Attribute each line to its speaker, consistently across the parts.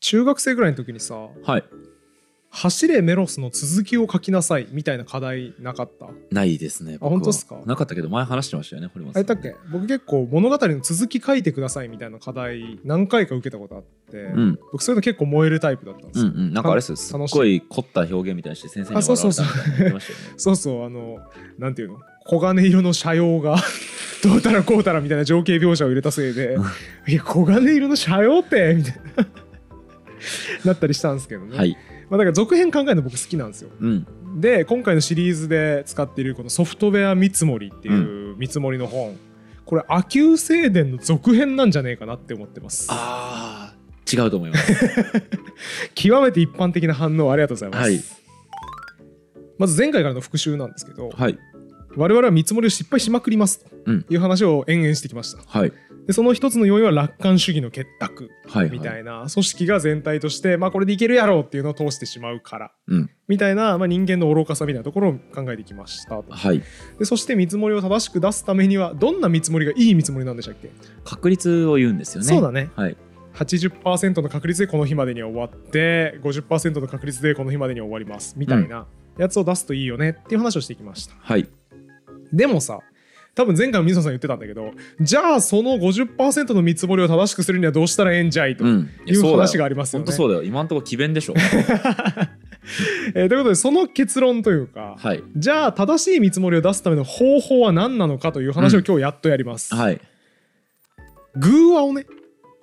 Speaker 1: 中学生ぐらいの時にさ
Speaker 2: はい
Speaker 1: 「走れメロス」の続きを書きなさいみたいな課題なかった
Speaker 2: ないですね僕は
Speaker 1: 本当っすか
Speaker 2: なかったけど前話してましたよね堀本
Speaker 1: あ
Speaker 2: さん
Speaker 1: れだっけ僕結構物語の続き書いてくださいみたいな課題何回か受けたことあって、
Speaker 2: うん
Speaker 1: 僕そういうの結構燃えるタイプだったんです
Speaker 2: うん
Speaker 1: よ、
Speaker 2: うん、なんかあれですよすっ
Speaker 1: 楽しい
Speaker 2: ごい凝った表現みたいにして先生に
Speaker 1: あそうそうそう
Speaker 2: 笑われたみたいなの言ってましたよ ね
Speaker 1: そうそうあのなんていうの黄金色の斜陽が どうたらこうたらみたいな情景描写を入れたせいで「いや黄金色の斜陽って」みたいななったりしたんですけ どね、
Speaker 2: はい、
Speaker 1: まあ、だから続編考えるの僕好きなんですよ
Speaker 2: うん、
Speaker 1: で今回のシリーズで使っているこのソフトウェア見積もりっていう見積もりの本、これ亜久聖伝の続編なんじゃねえかなって思ってます
Speaker 2: ああ違うと思います
Speaker 1: 極めて一般的な反応ありがとうございます、
Speaker 2: はい
Speaker 1: まず前回からの復習なんですけど
Speaker 2: はい
Speaker 1: 我々は見積もりを失敗しまくりますと
Speaker 2: うん
Speaker 1: いう話を延々してきました
Speaker 2: はい
Speaker 1: でその一つの要因は楽観主義の結託
Speaker 2: はい
Speaker 1: みた
Speaker 2: い
Speaker 1: いな組織が全体としてまあこれでいけるやろうっていうのを通してしまうから
Speaker 2: うん
Speaker 1: みたいな、まあ、人間の愚かさみたいなところを考えてきましたと
Speaker 2: はい
Speaker 1: でそして見積もりを正しく出すためにはどんな見積もりがいい見積もりなんでしたっけ、
Speaker 2: 確率を言うんですよね
Speaker 1: そうだね
Speaker 2: はい
Speaker 1: 80%の確率でこの日までには終わって50%の確率でこの日までには終わりますみたいなやつを出すといいよねっていう話をしてきました、
Speaker 2: はい
Speaker 1: でもさ多分前回も水野さん言ってたんだけどじゃあその50%の見積もりを正しくするにはどうしたらええんじゃいと、
Speaker 2: うん
Speaker 1: いう話がありますよね
Speaker 2: 本当そうだよ今んところ詭弁 でしょ
Speaker 1: えーということでその結論というか
Speaker 2: はい
Speaker 1: じゃあ正しい見積もりを出すための方法は何なのかという話を今日やっとやります、
Speaker 2: はい
Speaker 1: 偶話をね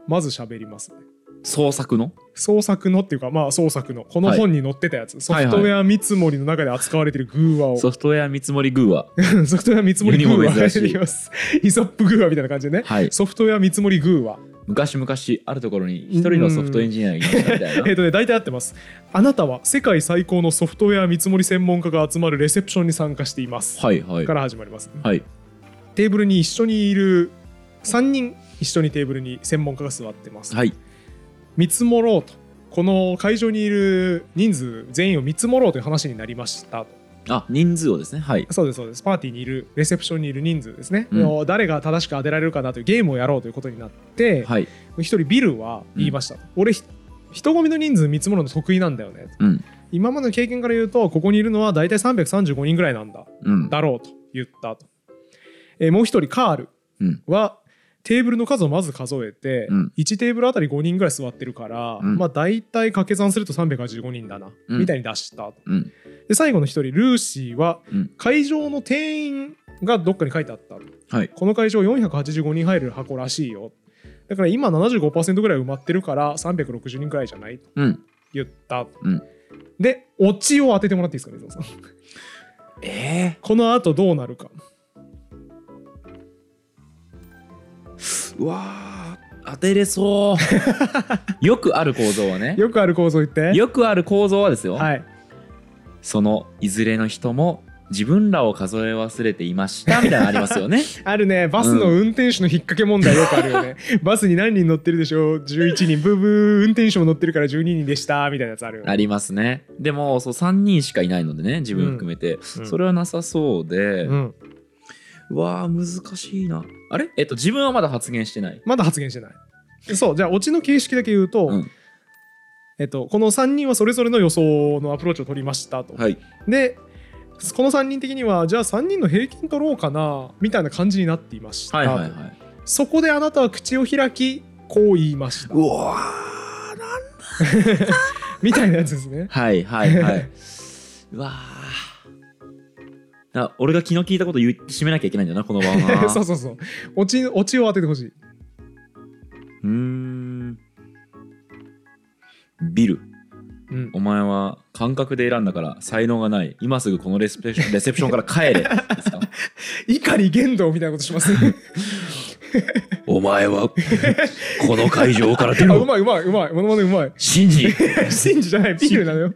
Speaker 1: まず喋りますね
Speaker 2: 創作の
Speaker 1: 創作のっていうかまあ創作のこの本に載ってたやつ、ソ
Speaker 2: はい
Speaker 1: フ
Speaker 2: はい
Speaker 1: トウェア見積もりの中で扱われてる偶話を、
Speaker 2: ソフトウェア見積もり偶話
Speaker 1: ソフトウェア見積もり偶
Speaker 2: 世に
Speaker 1: 話
Speaker 2: も珍しい
Speaker 1: いますイソップ偶話みたいな感じでね、
Speaker 2: はい
Speaker 1: ソフトウェア見積もり偶話
Speaker 2: 昔々あるところに一人のソフトエンジニアがいましたみたい
Speaker 1: え
Speaker 2: な
Speaker 1: っとね大体合ってますあなたは世界最高のソフトウェア見積もり専門家が集まるレセプションに参加しています、
Speaker 2: はいはい
Speaker 1: から始まりますね、
Speaker 2: はい
Speaker 1: テーブルに一緒にいる3人一緒にテーブルに専門家が座ってます、
Speaker 2: はい
Speaker 1: 見積もろうとこの会場にいる人数全員を見積もろうという話になりましたと
Speaker 2: あ人数をですねはい
Speaker 1: そうですそうですパーティーにいるレセプションにいる人数ですね、
Speaker 2: うん
Speaker 1: の誰が正しく当てられるかなというゲームをやろうということになって一、
Speaker 2: はい
Speaker 1: 人ビルは言いました、俺ひ人混みの人数見積もるの得意なんだよね
Speaker 2: うん
Speaker 1: 今までの経験から言うとここにいるのは大体335人ぐらいなんだ
Speaker 2: うん
Speaker 1: だろうと言ったと、えーもう一人カール
Speaker 2: うん
Speaker 1: はテーブルの数をまず数えて、
Speaker 2: うん
Speaker 1: 1テーブルあたり5人ぐらい座ってるから、
Speaker 2: うん
Speaker 1: まあ大体掛け算すると385人だな、
Speaker 2: うん
Speaker 1: みたいに出したと
Speaker 2: うん
Speaker 1: で最後の一人ルーシーは
Speaker 2: うん
Speaker 1: 会場の定員がどっかに書いてあったと
Speaker 2: はい
Speaker 1: この会場485人入る箱らしいよだから今75%ぐらい埋まってるから360人ぐらいじゃないと
Speaker 2: うん
Speaker 1: 言ったと、
Speaker 2: うん
Speaker 1: でオチを当ててもらっていいですか水野さん
Speaker 2: え
Speaker 1: この後どうなるか
Speaker 2: ー、うわー当てれそ うよくある構造はね
Speaker 1: よくある構造言って
Speaker 2: よくある構造はですよ、
Speaker 1: はい
Speaker 2: そのいずれの人も自分らを数え忘れていましたみたいなのありますよ ね
Speaker 1: あるねバスの運転手の引っ掛け問題よくあるよね、 バスに何人乗ってるでしょう11人ブーブー運転手も乗ってるから12人でしたみたいなやつあるよね
Speaker 2: ありますねでもそう3人しかいないのでね自分含めて、
Speaker 1: うん
Speaker 2: それはなさそうで、う
Speaker 1: うん、
Speaker 2: わー難しいなあれえっと自分はまだ発言してない
Speaker 1: まだ発言してない。そう、じゃあ、オチの形式だけ言うと、
Speaker 2: うん
Speaker 1: えっと、この3人はそれぞれの予想のアプローチを取りましたと。
Speaker 2: はい
Speaker 1: で、この3人的には、じゃあ3人の平均取ろうかな、みたいな感じになっていました。
Speaker 2: はいはいはい
Speaker 1: そこであなたは口を開き、こう言いました。
Speaker 2: うわーな
Speaker 1: みたいなやつですね。
Speaker 2: はいはいはい うわーだ俺が昨日聞いたこと言って締めなきゃいけないんだよなこの場は な
Speaker 1: そうそうそう。オチ、オチを当ててほしい。
Speaker 2: うーんビル
Speaker 1: うん。
Speaker 2: お前は感覚で選んだから才能がない今すぐこのレセプシ ョンレセプションから帰れですか
Speaker 1: 怒り言動みたいなことし ますね。
Speaker 2: お前 はこの会場から出
Speaker 1: あ、うまいうまいうまい。ものまねうまい。
Speaker 2: 信じ
Speaker 1: シンジじゃない、ビールなのよ。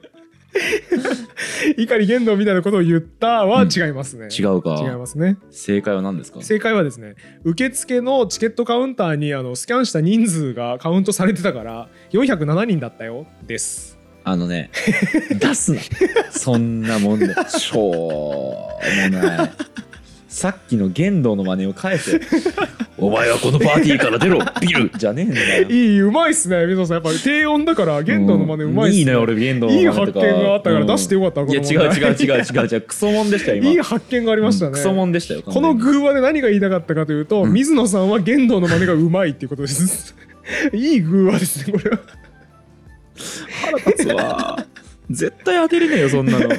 Speaker 1: 怒り言動みたいなことを言ったは
Speaker 2: うん
Speaker 1: 違いますね。
Speaker 2: 違うか
Speaker 1: 違いますね。
Speaker 2: 正解は何ですか
Speaker 1: 正解はですね、受付のチケットカウンターにあのスキャンした人数がカウントされてたから、407人だったよ、です。
Speaker 2: あのね 出すなそんなもんでしょうもないさっきの言動の真似を返せお前はこのパーティーから出 ろビルじゃねえんだよ
Speaker 1: いいうまいっすね水野さんやっぱり低音だから玄道の真似うまいっすね
Speaker 2: いいのよ俺言動の
Speaker 1: いい
Speaker 2: 真
Speaker 1: 発
Speaker 2: 似と
Speaker 1: 見
Speaker 2: か
Speaker 1: があったから
Speaker 2: うん
Speaker 1: 出してよかったわ
Speaker 2: いや
Speaker 1: この
Speaker 2: 違う
Speaker 1: 問題
Speaker 2: 違う違う違う違うクソもんでしたよ今
Speaker 1: いい発見がありましたね、
Speaker 2: クソもんでしたよ
Speaker 1: この偶話で何が言いたかったかというと、水野さんは玄道の真似がうまいっていうことです いい偶話ですねこれは
Speaker 2: 腹立つわ絶対当てれねえよそんなの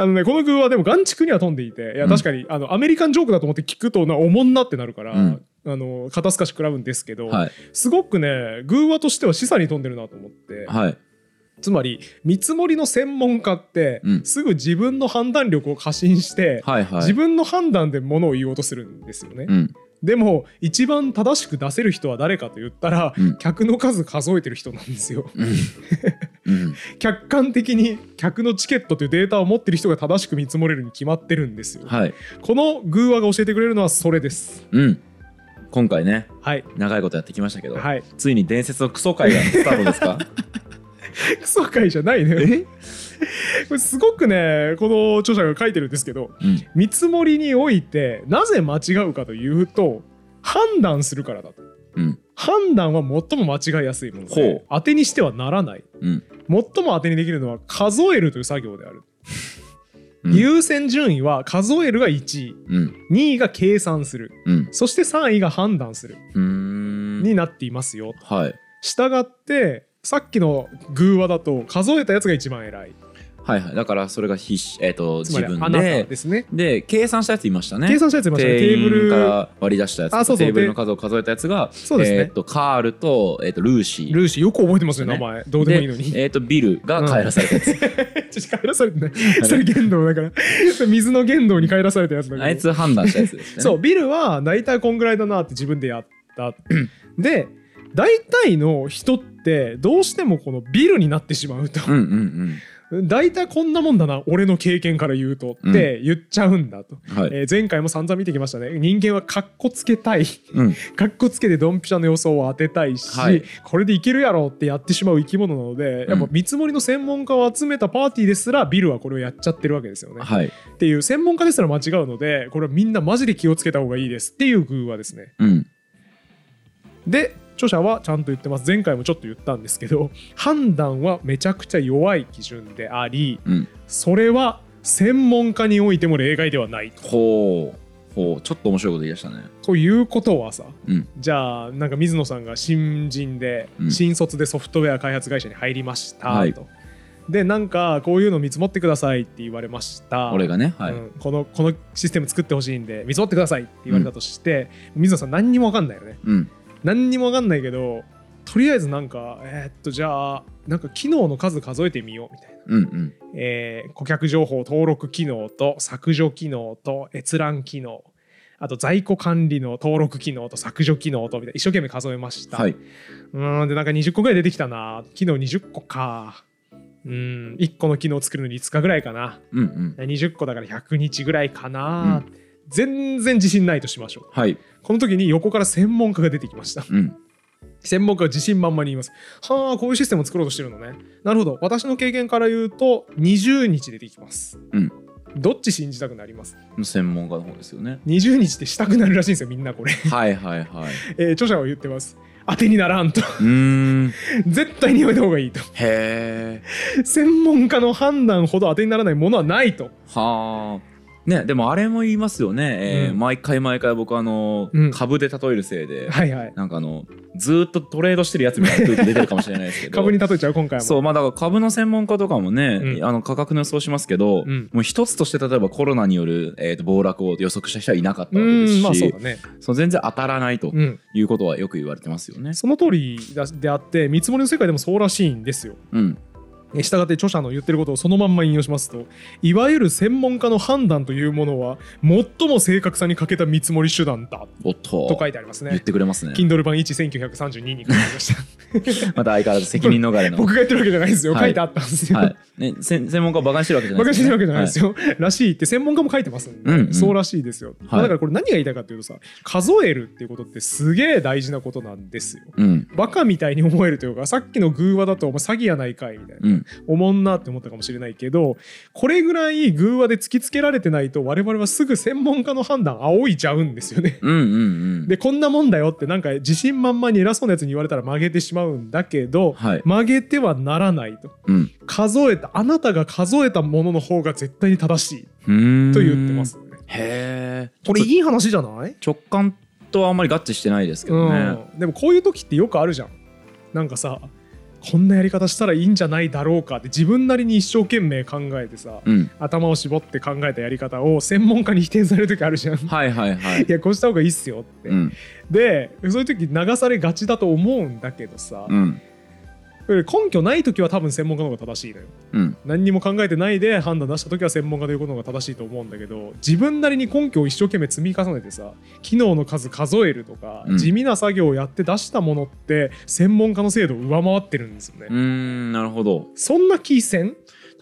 Speaker 1: あのねこの偶話でも眼畜には飛んでいていや
Speaker 2: うん
Speaker 1: 確かに、あのアメリカンジョークだと思って聞くとなおもんなってなるから、
Speaker 2: うん
Speaker 1: あの肩透かし食らうんですけど、
Speaker 2: はい
Speaker 1: すごくね偶話としては示唆に飛んでるなと思って、
Speaker 2: はい
Speaker 1: つまり見積もりの専門家って、
Speaker 2: うん
Speaker 1: すぐ自分の判断力を過信して、
Speaker 2: はいはい
Speaker 1: 自分の判断でものを言おうとするんですよね、
Speaker 2: うん
Speaker 1: でも一番正しく出せる人は誰かと言ったら、
Speaker 2: うん
Speaker 1: 客の数数えてる人なんですよ
Speaker 2: うんうん
Speaker 1: 客観的に客のチケットというデータを持ってる人が正しく見積もれるに決まってるんですよ、
Speaker 2: はい
Speaker 1: この偶話が教えてくれるのはそれです
Speaker 2: うん今回ね
Speaker 1: はい
Speaker 2: 長いことやってきましたけど、
Speaker 1: はい
Speaker 2: ついに伝説のクソ会がスタートですか
Speaker 1: クソ回じゃないね
Speaker 2: え、
Speaker 1: これすごくねこの著者が書いてるんですけど
Speaker 2: うん、
Speaker 1: 見積もりにおいてなぜ間違うかというと判断するからだと、
Speaker 2: うん
Speaker 1: 判断は最も間違いやすいもので
Speaker 2: ほう
Speaker 1: 当てにしてはならない
Speaker 2: うん
Speaker 1: 最も当てにできるのは数えるという作業である、
Speaker 2: うん
Speaker 1: 優先順位は数えるが1位
Speaker 2: うん
Speaker 1: 2位が計算する
Speaker 2: うん
Speaker 1: そして3位が判断する、
Speaker 2: うーん
Speaker 1: になっていますよ
Speaker 2: はい
Speaker 1: したがってさっきの偶話だと数えたやつが一番偉い
Speaker 2: はいはいだからそれが必死えっ、と
Speaker 1: つま
Speaker 2: 自
Speaker 1: りあ
Speaker 2: 分
Speaker 1: なたで
Speaker 2: です
Speaker 1: ね
Speaker 2: で計算したやついましたね
Speaker 1: 計算したやついましたねテーブ
Speaker 2: 店員か
Speaker 1: ル
Speaker 2: ら割り出したやつ
Speaker 1: あそうそう
Speaker 2: テーブルの数を数えたやつが
Speaker 1: そうですね
Speaker 2: えっ、とカールと,、えっとルーシー
Speaker 1: ルーシーよく覚えてますね
Speaker 2: ね
Speaker 1: 名前どうでもいいのに
Speaker 2: でえっ、とビルが帰らされたやつ、
Speaker 1: ちょっと帰らされてない。 それ言動だから。 それ水の言動に帰らされたやつだけど。
Speaker 2: あいつ判断したやつですね
Speaker 1: そう、ビルは大体こんぐらいだなって自分でや った。で、大体の人ってどうしてもこのビルになってしまうと。
Speaker 2: うんうん
Speaker 1: 大体こんなもんだな、俺の経験から言うとって言っちゃうんだと。
Speaker 2: うんはい、
Speaker 1: えー前回も散々見てきましたね人間はかっこつけたい
Speaker 2: うん
Speaker 1: かっこつけてドンピシャの予想を当てたいし、
Speaker 2: はい
Speaker 1: これでいけるやろってやってしまう生き物なので、やっぱ見積もりの専門家を集めたパーティーですらビルはこれをやっちゃってるわけですよね。
Speaker 2: はい
Speaker 1: っていう専門家ですら間違うのでこれはみんなマジで気をつけた方がいいですっていう偶話ですね。
Speaker 2: うん
Speaker 1: で著者はちゃんと言ってます前回もちょっと言ったんですけど判断はめちゃくちゃ弱い基準であり
Speaker 2: うん
Speaker 1: それは専門家においても例外ではない
Speaker 2: ほうほうちょっと面白いこと言い出したね
Speaker 1: ということはさ、
Speaker 2: うん
Speaker 1: じゃあなんか水野さんが新人で、
Speaker 2: うん
Speaker 1: 新卒でソフトウェア開発会社に入りましたと、
Speaker 2: はい
Speaker 1: でなんかこういうの見積もってくださいって言われました
Speaker 2: 俺がねはい、
Speaker 1: うんこのこのシステム作ってほしいんで見積もってくださいって言われたとして、水野さん何にも分かんないよね
Speaker 2: うん
Speaker 1: 何にも分かんないけどとりあえずなんかえーっとじゃあなんか機能の数数えてみようみたいな。
Speaker 2: うんうん
Speaker 1: えー顧客情報登録機能と削除機能と閲覧機能あと在庫管理の登録機能と削除機能とみたいな一生懸命数えました、
Speaker 2: はいう
Speaker 1: ーんでなんか20個ぐらい出てきたな機能20個かうーん1個の機能を作るのに5日ぐらいかな
Speaker 2: うんうん
Speaker 1: 20個だから100日ぐらいかな、全然自信ないとしましょう
Speaker 2: はい
Speaker 1: この時に横から専門家が出てきました
Speaker 2: うん
Speaker 1: 専門家は自信満々に言います。はあ、こういうシステムを作ろうとしてるのね。なるほど。私の経験から言うと、20日でできます。
Speaker 2: うん
Speaker 1: どっち信じたくなります
Speaker 2: 専門家の方ですよね
Speaker 1: ?20 日ってしたくなるらしいんですよ、みんなこれ。
Speaker 2: はいはいはい
Speaker 1: えー著者は言ってます。当てにならんと。
Speaker 2: うーんへ
Speaker 1: 絶対にやめた方がいいと。
Speaker 2: え
Speaker 1: 専門家の判断ほど当てにならないものはないと。
Speaker 2: はあねでもあれも言いますよね、えー
Speaker 1: うん
Speaker 2: 毎回毎回僕あの、
Speaker 1: うん
Speaker 2: 株で例えるせいで、
Speaker 1: はいはい。
Speaker 2: なんかあのずーっとトレードしてるやつみたいな空気出てるかもしれないですけど
Speaker 1: 株に例えちゃう、今回も。
Speaker 2: そうまあだから株の専門家とかもね、
Speaker 1: うん
Speaker 2: あの価格の予想しますけど、
Speaker 1: うん
Speaker 2: もう一つとして例えばコロナによる、えーと暴落を予測した人はいなかった
Speaker 1: う
Speaker 2: わけです
Speaker 1: ー
Speaker 2: し
Speaker 1: ん、まあそうだね。
Speaker 2: そう全然当たらないと
Speaker 1: うん。
Speaker 2: いうことはよく言われてますよね。
Speaker 1: その通りだであって、見積もりの世界でもそうらしいんですよ。
Speaker 2: う
Speaker 1: え
Speaker 2: ん、
Speaker 1: ー従って著者の言ってることをそのまんま引用しますといわゆる専門家の判断というものは最も正確さに欠けた見積もり手段だ
Speaker 2: おっと
Speaker 1: と書いてあります
Speaker 2: 言っ
Speaker 1: ね。
Speaker 2: てくれますね。
Speaker 1: Kindle 版11932に書いてありました。
Speaker 2: また相変わらず責任逃れ の。
Speaker 1: 僕が言ってるわけじゃないですよ。
Speaker 2: はい
Speaker 1: 書いてあったんですよ。
Speaker 2: はいね、せん専門家を馬鹿にしてるわけじゃな
Speaker 1: バ
Speaker 2: い
Speaker 1: カにしてるわけじゃないです
Speaker 2: よ。
Speaker 1: よ。らしいって専門家も書いてますんで、
Speaker 2: うんうん
Speaker 1: そうらしいですよ。まあ
Speaker 2: はい
Speaker 1: だからこれ何が言いたいかっていうとさ数えるっていうことってすげえ大事なことなんですよ。
Speaker 2: はいうん
Speaker 1: バカみたいに思えるというかさっきの偶話だとお前詐欺やないかいみたいな。
Speaker 2: うんうん
Speaker 1: おもんなって思ったかもしれないけどこれぐらい偶話で突きつけられてないと我々はすぐ専門家の判断仰いじゃうんですよね。
Speaker 2: うんうんうん
Speaker 1: でこんなもんだよってなんか自信満々に偉そうなやつに言われたら曲げてしまうんだけど
Speaker 2: はい
Speaker 1: 曲げてはならないと
Speaker 2: うん
Speaker 1: 数えたあなたが数えたものの方が絶対に正しいう
Speaker 2: ーん
Speaker 1: と言ってますね。
Speaker 2: へえ
Speaker 1: これいい話じゃない
Speaker 2: 直感とはあんまり合致してないですけどね
Speaker 1: うん、でもこういう時ってよくあるじゃんなんかさこんなやり方したらいいんじゃないだろうかって自分なりに一生懸命考えてさ
Speaker 2: うん
Speaker 1: 頭を絞って考えたやり方を専門家に否定される時あるじゃん。 い
Speaker 2: はいはいはい
Speaker 1: やこうした方がいいっすよって、
Speaker 2: うん
Speaker 1: でそういう時流されがちだと思うんだけどさ、
Speaker 2: うん
Speaker 1: 根拠ない時は多分専門家の方が正しいのよ
Speaker 2: うん
Speaker 1: 何にも考えてないで判断出した時は専門家の言うことの方が正しいと思うんだけど自分なりに根拠を一生懸命積み重ねてさ機能の数数えるとか、
Speaker 2: うん
Speaker 1: 地味な作業をやって出したものって専門家の精度を上回ってるんですよね、
Speaker 2: うーんなるほど
Speaker 1: そんな気せん、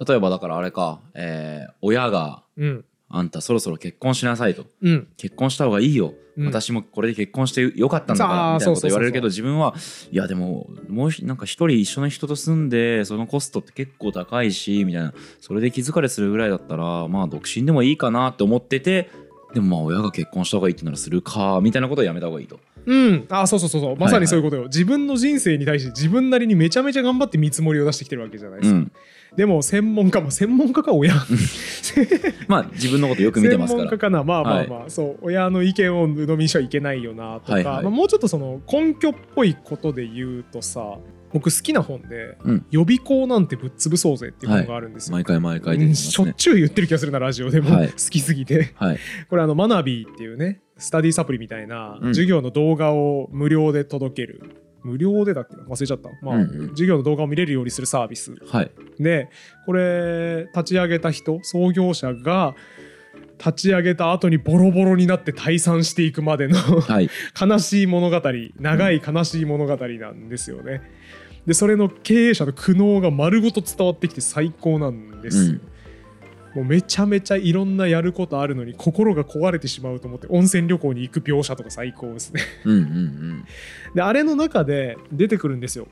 Speaker 2: 例えばだからあれか、えー親が
Speaker 1: うん
Speaker 2: あんたそろそろ結婚しなさいと
Speaker 1: うん、
Speaker 2: 結婚した方がいい
Speaker 1: う
Speaker 2: よ、
Speaker 1: ん
Speaker 2: 私もこれで結婚してよかったんだか
Speaker 1: あー
Speaker 2: らみたいなこ
Speaker 1: そ
Speaker 2: と
Speaker 1: うそうそうそう
Speaker 2: 言われるけど自分はいやでももうひなんか一人一緒の人と住んでそのコストって結構高いしみたいなそれで気疲れするぐらいだったらまあ独身でもいいかなって思っててでもまあ親が結婚した方がいいってならするかみたいなことはやめた方がいいと。
Speaker 1: うん、あそうそうそうそうまさにそういうことよ、自分の人生に対して自分なりにめちゃめちゃ頑張って見積もりを出してきてるわけじゃないで
Speaker 2: う
Speaker 1: すか、
Speaker 2: ん、
Speaker 1: でも専門家も専門家か親
Speaker 2: まあ自分のことよく見てますか
Speaker 1: 専門家
Speaker 2: ら。
Speaker 1: かなまあまあまあ、そう親の意見を鵜呑みにしちゃいけないよなとか、
Speaker 2: はいはい
Speaker 1: まあ、もうちょっとその根拠っぽいことで言うとさ僕好きな本で
Speaker 2: うん
Speaker 1: 「予備校なんてぶっ潰そうぜ」っていう本があるんですよ。
Speaker 2: 毎回毎回
Speaker 1: う
Speaker 2: 出て
Speaker 1: ん
Speaker 2: き
Speaker 1: し
Speaker 2: ま
Speaker 1: ょっ
Speaker 2: すね。
Speaker 1: ちゅう言ってる気がするなラジオでも、
Speaker 2: はい
Speaker 1: 好きすぎて
Speaker 2: はい。
Speaker 1: これあのマナビーっていうねスタディサプリみたいな
Speaker 2: うん
Speaker 1: 授業の動画を無料で届ける、無料でだっけな忘れちゃった、まあ
Speaker 2: うんうん
Speaker 1: 授業の動画を見れるようにするサービス
Speaker 2: はい。
Speaker 1: でこれ立ち上げた人創業者が立ち上げた後にボロボロになって退散していくまでの
Speaker 2: はい。
Speaker 1: 悲しい物語長い悲しい物語なんですよね。でそれの経営者の苦悩が丸ごと伝わってきて最高なんですよ。もうめちゃめちゃいろんなやることあるのに心が壊れてしまうと思って温泉旅行に行く描写とか最高ですね。
Speaker 2: うんうんうん
Speaker 1: であれの中で出てくるんですよ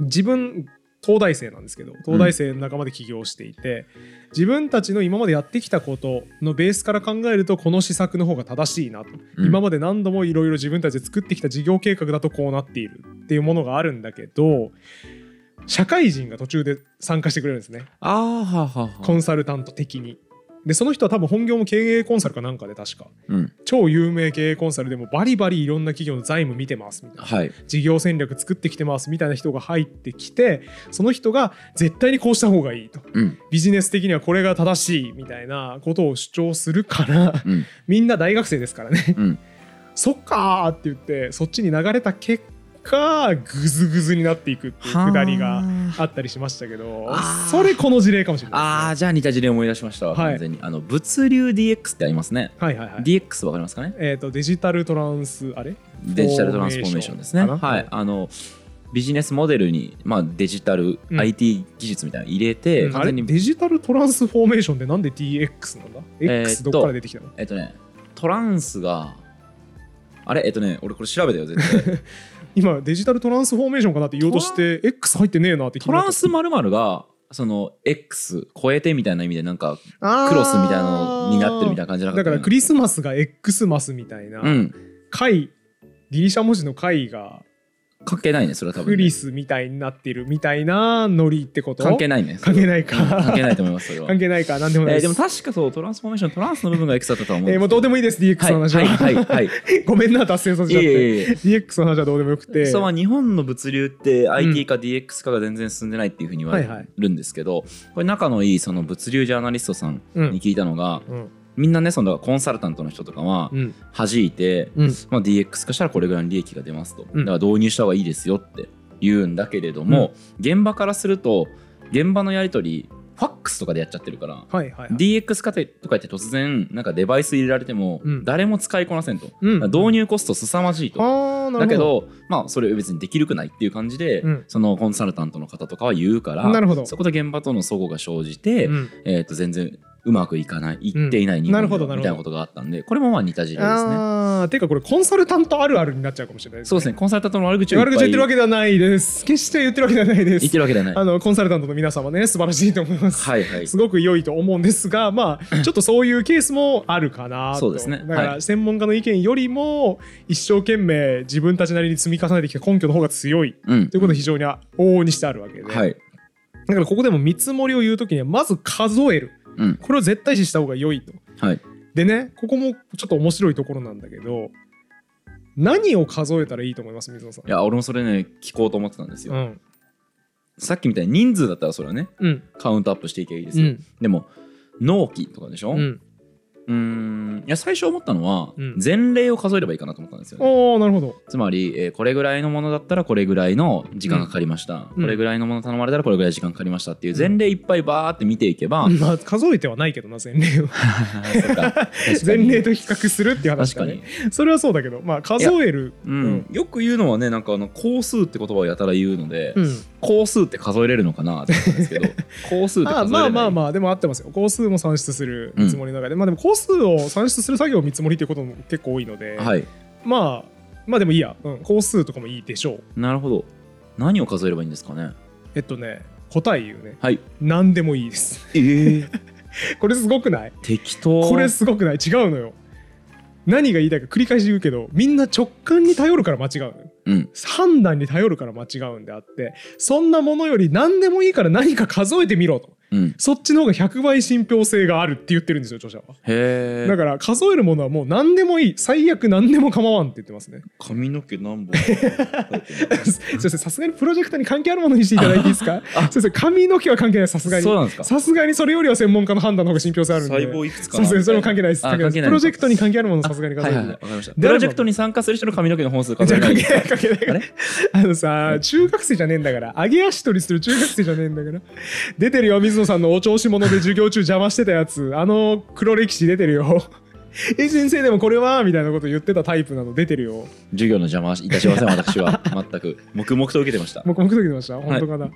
Speaker 1: 自分東大生なんですけど東大生の仲間で起業していて、自分たちの今までやってきたことのベースから考えるとこの施策の方が正しいなと、
Speaker 2: うん。
Speaker 1: 今まで何度もいろいろ自分たちで作ってきた事業計画だとこうなっているっていうものがあるんだけど社会人が途中で参加してくれるんですね
Speaker 2: ああはあはあはあ
Speaker 1: コンサルタント的に。でその人は多分本業も経営コンサルかなんかで確か
Speaker 2: うん。
Speaker 1: 超有名経営コンサルでもバリバリいろんな企業の財務見てますみたいな。
Speaker 2: はい。
Speaker 1: 事業戦略作ってきてますみたいな人が入ってきてその人が絶対にこうした方がいいと
Speaker 2: うん
Speaker 1: ビジネス的にはこれが正しいみたいなことを主張するから
Speaker 2: うん
Speaker 1: みんな大学生ですからね
Speaker 2: うん。
Speaker 1: そっかーって言ってそっちに流れた結果グズグズになっていくっていうくだりがあったりしましたけど
Speaker 2: あー
Speaker 1: それこの事例かもしれ
Speaker 2: あ
Speaker 1: ない
Speaker 2: あ
Speaker 1: ですね
Speaker 2: じゃあ似た事例思い出しましたわ、
Speaker 1: はい
Speaker 2: 完全にあの物流 DX ってありますね、
Speaker 1: はいはいはい。
Speaker 2: DX わかりますかね
Speaker 1: えー、とデジタルトランスあれ
Speaker 2: デジタルトランスフォーメーションですね
Speaker 1: フォーメーションかな
Speaker 2: はいあのビジネスモデルに、まあ、デジタル、
Speaker 1: うん
Speaker 2: IT 技術みたいなの入れて、
Speaker 1: うんあ
Speaker 2: 完
Speaker 1: れ
Speaker 2: 全に
Speaker 1: デジタルトランスフォーメーションでなんで DX なんだ
Speaker 2: えー
Speaker 1: ?X
Speaker 2: と
Speaker 1: どっから出てきたの、
Speaker 2: えっとねトランスがあれえっとね俺これ調べた よ絶対
Speaker 1: 今デジタルトランスフォーメーションかなって言おうとして X 入ってねえなって
Speaker 2: トランス
Speaker 1: マ
Speaker 2: 〇〇がその X 超えてみたいな意味でなんか
Speaker 1: ク
Speaker 2: クロスみたいなのになってるみたいな感じじゃなか
Speaker 1: だ
Speaker 2: った
Speaker 1: からクリスマスが X マスみたいな、
Speaker 2: うん
Speaker 1: 貝ギリシャ文字の貝が
Speaker 2: 関係ないねそれは多分
Speaker 1: ク
Speaker 2: ね、
Speaker 1: リスみたいになってるみたいなノリってこと
Speaker 2: 関係
Speaker 1: ない
Speaker 2: ないね
Speaker 1: 関係ないか
Speaker 2: うん関係ないと思いますそれ は
Speaker 1: 関係ないかなんでもない
Speaker 2: えー
Speaker 1: です、
Speaker 2: でも確かそうトランスフォーメーショントランスの部分が X だったと思うんです
Speaker 1: えーもうどうでもいいです DX の話は、
Speaker 2: はいはいはい はい。
Speaker 1: ごめんな脱線させ
Speaker 2: い
Speaker 1: ちゃ
Speaker 2: え
Speaker 1: って
Speaker 2: いえいえ。
Speaker 1: DX の話はどうでもよくて
Speaker 2: そうまあ日本の物流って
Speaker 1: ん
Speaker 2: IT か DX かが全然進んでないっていうふうに言わ
Speaker 1: はいは
Speaker 2: れ
Speaker 1: い
Speaker 2: るんですけど、これ仲のいいその物流ジャーナリストさん
Speaker 1: うん
Speaker 2: に聞いたのが、
Speaker 1: うん
Speaker 2: みんなねそのコンサルタントの人とかは
Speaker 1: うん
Speaker 2: 弾いて、
Speaker 1: うん
Speaker 2: まあ、DX 化したらこれぐらいの利益が出ますと、
Speaker 1: うん
Speaker 2: だから導入した方がいいですよって言うんだけれども、現場からすると現場のやり取りファックスとかでやっちゃってるから、
Speaker 1: はいはいはい
Speaker 2: DX 化てとか言って突然なんかデバイス入れられても
Speaker 1: うん
Speaker 2: 誰も使いこなせんと、
Speaker 1: うん
Speaker 2: 導入コスト凄まじいと、
Speaker 1: あーな
Speaker 2: だけ
Speaker 1: るほど
Speaker 2: どまあそれ別にできるくないっていう感じで、
Speaker 1: うん
Speaker 2: そのコンサルタントの方とかは言うから
Speaker 1: なるほど
Speaker 2: そこで現場との齟齬が生じて、
Speaker 1: うん
Speaker 2: えー、と全然うまくいかないいっていない日
Speaker 1: な
Speaker 2: 本
Speaker 1: るほ
Speaker 2: で
Speaker 1: どな
Speaker 2: は
Speaker 1: るほど
Speaker 2: みたいなことがあったんでこれもまあ似た事例ですね。
Speaker 1: ああてかこれコンサルタントあるあるになっちゃうかもしれないです
Speaker 2: そうですねコンサルタントの悪口をいっぱ
Speaker 1: 悪
Speaker 2: い
Speaker 1: 口言ってるわけではないです決して言ってるわけではないです
Speaker 2: 言ってるわけでは ない。
Speaker 1: あのコンサルタントの皆様ね素晴らしいと思います、
Speaker 2: はいはい
Speaker 1: すごく良いと思うんですがまあちょっとそういうケースもあるかなと
Speaker 2: そうですね
Speaker 1: だから専門家の意見よりも一生懸命自分たちなりに積み重ねてきた根拠の方が強い
Speaker 2: うん
Speaker 1: ということが非常に往々にしてあるわけで、
Speaker 2: はい
Speaker 1: だからここでも見積もりを言う時にはまず数える
Speaker 2: うん
Speaker 1: これを絶対視した方が良いと
Speaker 2: はい
Speaker 1: でねここもちょっと面白いところなんだけど何を数えたらいいと思います水野さん
Speaker 2: いや俺もそれね聞こうと思ってたんですよ、
Speaker 1: うん
Speaker 2: さっきみたいに人数だったらそれはね
Speaker 1: うん
Speaker 2: カウントアップしていけばいいです
Speaker 1: う
Speaker 2: よ、
Speaker 1: ん
Speaker 2: でも納期とかでしょ、
Speaker 1: う
Speaker 2: うんーんいや最初思ったのは、
Speaker 1: うん
Speaker 2: 前例を数えればいいかなと思ったんですよ、ね、
Speaker 1: おーなるほど
Speaker 2: つまり、えーこれぐらいのものだったらこれぐらいの時間がかかりました、
Speaker 1: うん
Speaker 2: これぐらいのもの頼まれたらこれぐらい時間かかりましたっていう
Speaker 1: うん
Speaker 2: 前例いっぱいバーって見てい けば、
Speaker 1: まあ数えてはないけどな前例は
Speaker 2: そっか確か
Speaker 1: 前
Speaker 2: に
Speaker 1: 例と比較するっていう話
Speaker 2: 確
Speaker 1: だ
Speaker 2: か
Speaker 1: ね
Speaker 2: に、
Speaker 1: それはそうだけどまあ数える
Speaker 2: うんよく言うのはねなんかあの工数って言葉をやたら言うので、
Speaker 1: うん
Speaker 2: 工数って数えれるのかなって思ったんで すけど工数って数えれな
Speaker 1: あ
Speaker 2: い
Speaker 1: まあまあまあでも合ってますよ工数も算出する見積もりの中で、まあでも工数を算出する作業を見積もりっていうことも結構多いので、
Speaker 2: はい
Speaker 1: まあまあでもいいや、うん、工数とかもいいでしょう
Speaker 2: なるほど何を数えればいいんですかね
Speaker 1: えっとね答え言うね
Speaker 2: はい
Speaker 1: 何でもいいです
Speaker 2: えー、
Speaker 1: これすごくない
Speaker 2: 適当
Speaker 1: これすごくない違うのよ何が言いたいか繰り返し言うけどみんな直感に頼るから間違うのよ
Speaker 2: うん
Speaker 1: 判断に頼るから間違うんであってそんなものより何でもいいから何か数えてみろと
Speaker 2: うん
Speaker 1: そっちの方が100倍信憑性があるって言ってるんですよ著者は
Speaker 2: へ
Speaker 1: だ
Speaker 2: え
Speaker 1: から数えるものはもう何でもいい最悪何でも構わんって言ってます ね
Speaker 2: 髪の毛何本
Speaker 1: 先生さすがにプロジェクトに関係あるものにしていただいていいですか先生髪の毛は関係ないさすがに
Speaker 2: そうなんですか
Speaker 1: さすがにそれよりは専門家の判断の方が信憑性あるんで
Speaker 2: 細胞いくつか
Speaker 1: そうですねそれも関係ないです
Speaker 2: あ
Speaker 1: 関係ないです
Speaker 2: 関係ないのか
Speaker 1: プロジェクトに関係あるものさすがに数え
Speaker 2: は
Speaker 1: て
Speaker 2: い
Speaker 1: ない、
Speaker 2: はいはいわかりました
Speaker 1: で
Speaker 2: プロジェクトに参加する人の髪の毛の本数数
Speaker 1: じゃ
Speaker 2: え
Speaker 1: あ
Speaker 2: な
Speaker 1: 関
Speaker 2: い
Speaker 1: 係ない関係ない
Speaker 2: あれ
Speaker 1: あのさ中学生じゃねえんだから揚げ足取りする中学生じゃねえんだから出てるよ水野さんのお調子者で授業中邪魔してたやつあの黒歴史出てるよ え先生でもこれはみたいなこと言ってたタイプなの出てるよ
Speaker 2: 授業の邪魔はいたしません私 は全く黙々と受けてました
Speaker 1: 黙々と言ってました
Speaker 2: い
Speaker 1: 本当かな、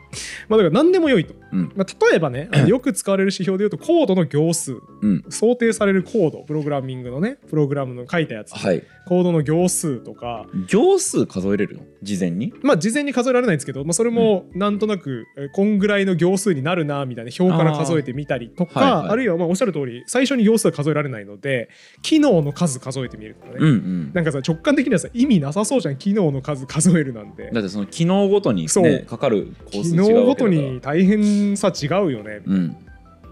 Speaker 1: まあだから何でも良いと、
Speaker 2: うん
Speaker 1: まあ、例えばねあのよく使われる指標で言うとコードの行数
Speaker 2: うん
Speaker 1: 想定されるコードプログラミングのねプログラムの書いたやつ、
Speaker 2: はい
Speaker 1: コードの行数とか
Speaker 2: 行数数えれるの事前に
Speaker 1: まあ事前に数えられないんですけど、まあ、それもなんとなくえーこんぐらいの行数になるなみたいな表から数えてみたりとかあ,、
Speaker 2: あーはいはい
Speaker 1: るいはまあおっしゃる通り最初に行数は数えられないので機能の数数えてみるとかね、
Speaker 2: うんうん
Speaker 1: なんかさ直感的にはさ意味なさそうじゃん機能の数数えるなんて
Speaker 2: だってその機能ごとに
Speaker 1: そう
Speaker 2: ねかかる工
Speaker 1: 機
Speaker 2: 数違
Speaker 1: 能
Speaker 2: う
Speaker 1: ご
Speaker 2: わけ
Speaker 1: と
Speaker 2: だから
Speaker 1: に大変さ違うよね
Speaker 2: うん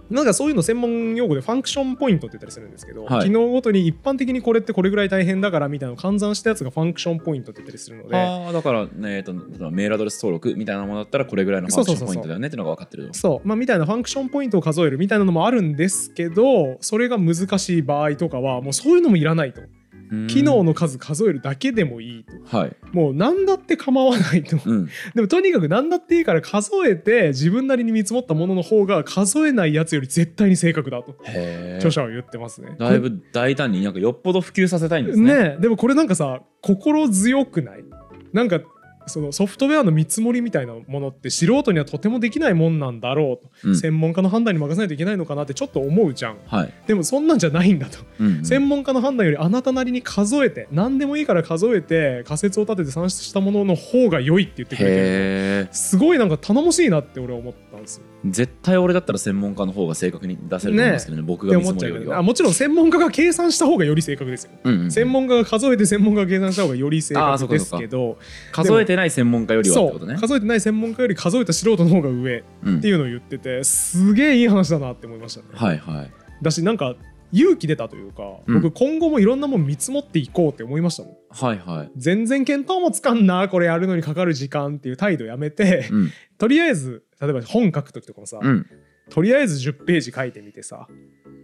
Speaker 1: なんかそういうの専門用語でファンクションポイントって言ったりするんですけど、
Speaker 2: はい
Speaker 1: 機能ごとに一般的にこれってこれぐらい大変だからみたいなのを換算したやつがファンクションポイントって言ったりするので
Speaker 2: ああだから、ねえっと例えばメールアドレス登録みたいなものだったらこれぐらいのファンクションポイントだよねっていうのが分かってると
Speaker 1: そう、まあ、みたいなファンクションポイントを数えるみたいなのもあるんですけどそれが難しい場合とかはもうそういうのもいらないと
Speaker 2: うん
Speaker 1: 機能の数数えるだけでもいいと
Speaker 2: はい、
Speaker 1: もう何だって構わないと
Speaker 2: うん、
Speaker 1: でもとにかく何だっていいから数えて自分なりに見積もったものの方が数えないやつより絶対に正確だと
Speaker 2: へ
Speaker 1: 著
Speaker 2: え
Speaker 1: 者は言ってますね
Speaker 2: だいぶ大胆になんかよっぽど普及させたいんですね
Speaker 1: ねえでもこれなんかさ心強くないなんかそのソフトウェアの見積もりみたいなものって素人にはとてもできないもんなんだろうと、
Speaker 2: うん
Speaker 1: 専門家の判断に任せないといけないのかなってちょっと思うじゃん
Speaker 2: はい、
Speaker 1: でもそんなんじゃないんだと、
Speaker 2: うんうん
Speaker 1: 専門家の判断よりあなたなりに数えて何でもいいから数えて仮説を立てて算出したものの方が良いって言ってくれてる
Speaker 2: へえ
Speaker 1: すごいなんか頼もしいなって俺は思ったんですよ
Speaker 2: 絶対俺だったら専門家の方が正確に出せると思うんですけどね僕
Speaker 1: って
Speaker 2: が見
Speaker 1: 思っ
Speaker 2: 積
Speaker 1: ちゃう
Speaker 2: もる
Speaker 1: け
Speaker 2: より
Speaker 1: どねあ
Speaker 2: は、
Speaker 1: もちろん専門家が計算した方がより正確ですよ
Speaker 2: うんうんうん
Speaker 1: 専門家が数えて専門家が計算した方がより正
Speaker 2: あーそ
Speaker 1: 確
Speaker 2: うか
Speaker 1: で
Speaker 2: そう
Speaker 1: す
Speaker 2: か
Speaker 1: けど
Speaker 2: 数えてない専門家よりはっ
Speaker 1: そ
Speaker 2: てこと
Speaker 1: う
Speaker 2: ね
Speaker 1: 数えてない専門家より数えた素人の方が上っ
Speaker 2: うん
Speaker 1: ていうのを言っててすげえいい話だなって思いましたね
Speaker 2: はいはい
Speaker 1: だしなんか勇気出たというか
Speaker 2: うん
Speaker 1: 僕今後もいろんなもん見積もっていこうって思いましたもん
Speaker 2: はいはい
Speaker 1: 全然見当もつかんなこれやるのにかかる時間っていう態度やめて、
Speaker 2: うん
Speaker 1: とりあえず例えば本書く時とかもさ、
Speaker 2: うん
Speaker 1: とりあえず10ページ書いてみてさ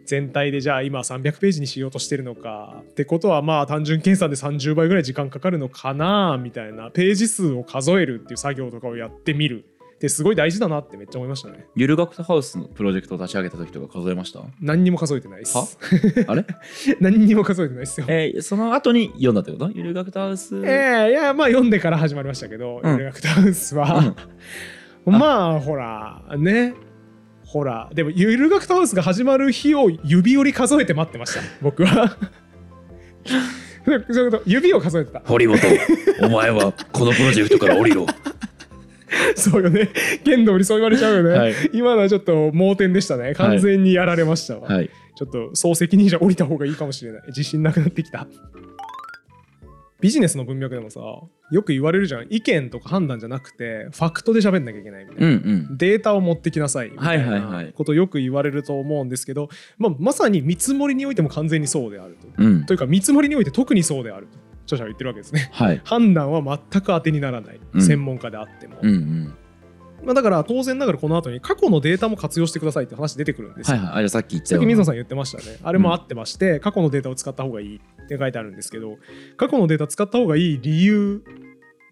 Speaker 1: 全体でじゃあ今300ページにしようとしてるのかってことはまあ単純計算で30倍ぐらい時間かかるのかなみたいなページ数を数えるっていう作業とかをやってみるってすごい大事だなってめっちゃ思いましたね
Speaker 2: ゆる学徒ハウスのプロジェクトを立ち上げた時とか数えました
Speaker 1: 何にも数えてないです
Speaker 2: はあれ、
Speaker 1: 何にも数えてないですよ
Speaker 2: えーその後に読んだってことゆる学徒ハウス、
Speaker 1: ええいやまあ読んでから始まりましたけど「
Speaker 2: うん
Speaker 1: エレクタウスは」
Speaker 2: うん
Speaker 1: まあほらねほらでもゆる学徒ハウスが始まる日を指折り数えて待ってました僕 はそうそういうこと指を数えてた
Speaker 2: 堀本お前はこのプロジェクトから降りろ
Speaker 1: そうよね剣道にそう言われちゃうよね、
Speaker 2: はい
Speaker 1: 今のはちょっと盲点でしたね完全にやられましたわ、
Speaker 2: はい
Speaker 1: ちょっと総責任者降りた方がいいかもしれない自信なくなってきたビジネスの文脈でもさよく言われるじゃん意見とか判断じゃなくてファクトで喋んなきゃいけないみたいな、
Speaker 2: うんうん
Speaker 1: データを持ってきなさいみたい
Speaker 2: はいはいは
Speaker 1: ないことをよく言われると思うんですけど、まあ、まさに見積もりにおいても完全にそうであると。
Speaker 2: うん
Speaker 1: というか見積もりにおいて特にそうであると著者は言ってるわけですね。
Speaker 2: はい
Speaker 1: 判断は全く当てにならない、
Speaker 2: うん
Speaker 1: 専門家であっても、
Speaker 2: うんうん
Speaker 1: まあ、だから当然ながらこの後に過去のデータも活用してくださいって話出てくるんです
Speaker 2: は
Speaker 1: よ
Speaker 2: いはいあじゃあさっき言った
Speaker 1: さっ
Speaker 2: よ
Speaker 1: き
Speaker 2: う
Speaker 1: 水
Speaker 2: な
Speaker 1: 野さん言ってましたね。あれも合ってまして、過去のデータを使った方がいいって書いてあるんですけど、過去のデータ使った方がいい理由、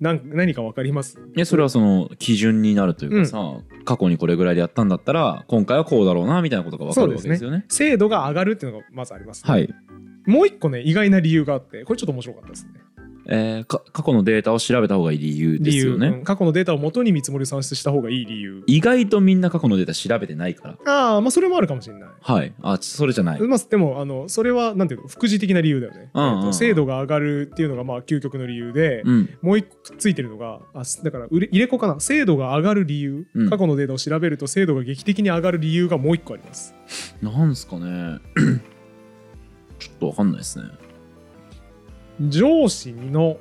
Speaker 1: なん何か分かります
Speaker 2: えそれはその基準になるというかさ、過去にこれぐらいでやったんだったら今回はこうだろうなみたいなことが分かるわけですよね。
Speaker 1: 精度が上がるっていうのがまずあります、
Speaker 2: はい、
Speaker 1: もう一個ね、意外な理由があって、これちょっと面白かったですね。
Speaker 2: えーか過去のデータを調べた方がいい理由で
Speaker 1: 理
Speaker 2: す
Speaker 1: 由、
Speaker 2: よね。
Speaker 1: うん過去のデータを元に見積もりを算出した方がいい理由。
Speaker 2: 意外とみんな過去のデータ調べてないから。
Speaker 1: ああ、まあそれもあるかもしれない。
Speaker 2: はい。あ、それじゃない。
Speaker 1: まあ、でもあのそれはなんていうの副次的な理由だよね、
Speaker 2: うんうんうん
Speaker 1: えっと精度が上がるっていうのがまあ究極の理由で、
Speaker 2: うん。
Speaker 1: もう一個くっついてるのがあすだからうれ入れ子かな精度が上がる理由、
Speaker 2: うん
Speaker 1: 過去のデータを調べると精度が劇的に上がる理由がもう一個あります
Speaker 2: なんすかね。 ちょっとわかんないですね。
Speaker 1: 上司の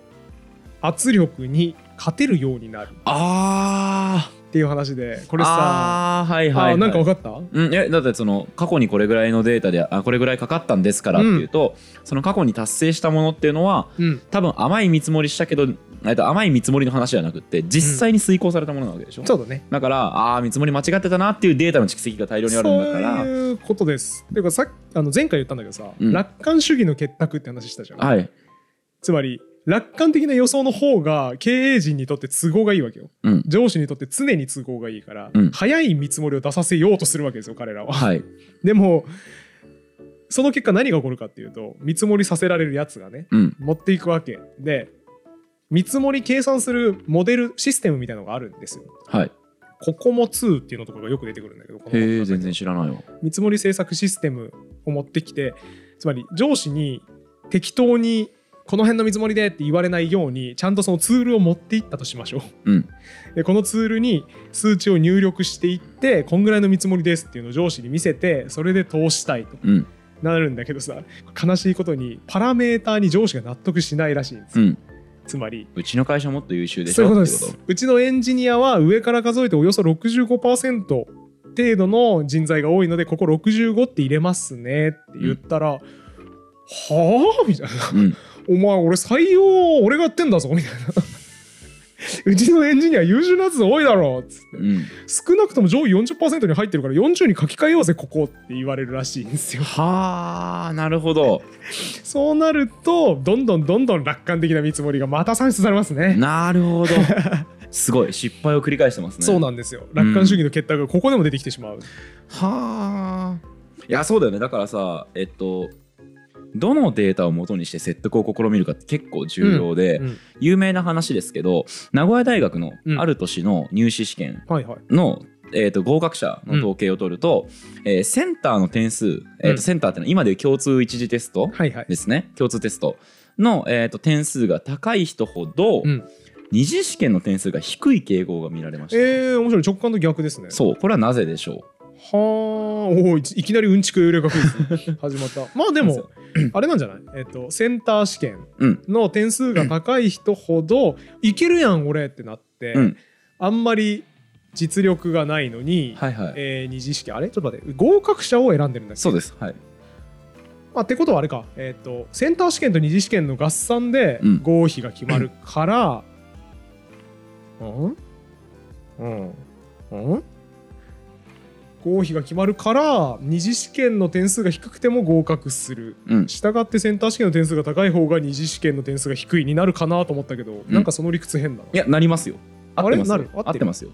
Speaker 1: 圧力に勝てるようになる
Speaker 2: あー
Speaker 1: っていう話でこれさあ
Speaker 2: あーはいはい、はい。
Speaker 1: ーなんか分かった
Speaker 2: うん、えだってその過去にこれぐらいのデータであこれぐらいかかったんですからっていうと、その過去に達成したものっていうのは
Speaker 1: うん
Speaker 2: 多分甘い見積もりしたけどえっと甘い見積もりの話じゃなくって実際に遂行されたものなわけでしょ、
Speaker 1: そうだね
Speaker 2: だからああ見積もり間違ってたなっていうデータの蓄積が大量にあ
Speaker 1: そ
Speaker 2: るんだから
Speaker 1: ういうことですていうかさっきあの前回言ったんだけどさ、
Speaker 2: うん
Speaker 1: 楽観主義の結託って話したじゃん、
Speaker 2: はい、
Speaker 1: つまり楽観的な予想の方が経営陣にとって都合がいいわけよ
Speaker 2: うん、
Speaker 1: 上司にとって常に都合がいいから、
Speaker 2: うん
Speaker 1: 早い見積もりを出させようとするわけですよ彼らは。
Speaker 2: はい
Speaker 1: でもその結果何が起こるかっていうと見積もりさせられるやつがね
Speaker 2: うん
Speaker 1: 持っていくわけで見積もり計算するモデルシステムみたいなのがあるんですよ。
Speaker 2: はい
Speaker 1: ここも2っていうのとかがよく出てくるんだけどこの
Speaker 2: へえ全然知らないわ
Speaker 1: 見積もり制作システムを持ってきてつまり上司に適当にこの辺の見積もりでって言われないようにちゃんとそのツールを持っていったとしましょう。
Speaker 2: うん
Speaker 1: でこのツールに数値を入力していってこんぐらいの見積もりですっていうのを上司に見せてそれで通したいと
Speaker 2: うん
Speaker 1: なるんだけどさ悲しいことにパラメーターに上司が納得しないらしいんです
Speaker 2: う
Speaker 1: よ、
Speaker 2: ん
Speaker 1: つまり
Speaker 2: うちの会社もっと優秀でし
Speaker 1: そう
Speaker 2: ょ
Speaker 1: いうことで
Speaker 2: って
Speaker 1: すうちのエンジニアは上から数えておよそ65%程度の人材が多いのでここ65って入れますねって言ったら、はあみたいな
Speaker 2: ことうん
Speaker 1: お前俺採用俺がやってんだぞみたいなうちのエンジニア優秀なやつ多いだろっつって
Speaker 2: うん
Speaker 1: 少なくとも上位40%に入ってるから40に書き換えようぜここって言われるらしいんですよ
Speaker 2: はあなる ほど
Speaker 1: そうなるとどんどんどんどん楽観的な見積もりがまた算出されますね
Speaker 2: なるほどすごい失敗を繰り返してますね
Speaker 1: そうなんですよ楽観主義の結託がここでも出てきてしまう、
Speaker 2: はあいやそうだよねだからさえっとどのデータを元にして説得を試みるかって結構重要で、
Speaker 1: うん
Speaker 2: 有名な話ですけど名古屋大学の
Speaker 1: うん
Speaker 2: ある年の入試試験
Speaker 1: はいはい
Speaker 2: の、えー、と合格者の統計を取ると、えーセンターの点数、えー
Speaker 1: うん
Speaker 2: とセンターってのは今でいう共通一次テスト
Speaker 1: はいはい
Speaker 2: ですね、共通テストの、えー、と点数が高い人ほど、
Speaker 1: うん
Speaker 2: 二次試験の点数が低い傾向が見られま
Speaker 1: え
Speaker 2: した、
Speaker 1: ー、面白い直感と逆ですね
Speaker 2: そうこれはなぜでしょう
Speaker 1: はあおーいいきなりうんちく幽霊学クイズ始まっ たまあでも あれなんじゃないえっ、とセンター試験
Speaker 2: うん
Speaker 1: の点数が高い人ほどいけるやん俺ってなって、
Speaker 2: うん
Speaker 1: あんまり実力がないのに、
Speaker 2: はいはい、
Speaker 1: えー二次試験あれちょっと待って合格者を選んでるんだっけ
Speaker 2: そうですはい
Speaker 1: あってことはあれか、えー、とセンター試験と二次試験の合算で
Speaker 2: うん
Speaker 1: 合否が決まるからうんうんうん合否が決まるから二次試験の点数が低くても合格する
Speaker 2: うん
Speaker 1: したがってセンター試験の点数が高い方が二次試験の点数が低いになるかなと思ったけど、
Speaker 2: ん
Speaker 1: なんかその理屈変だない
Speaker 2: や、なりますよ。合
Speaker 1: あ
Speaker 2: っ
Speaker 1: れ
Speaker 2: てます
Speaker 1: な
Speaker 2: よ
Speaker 1: る合ってる
Speaker 2: 合ってますよ。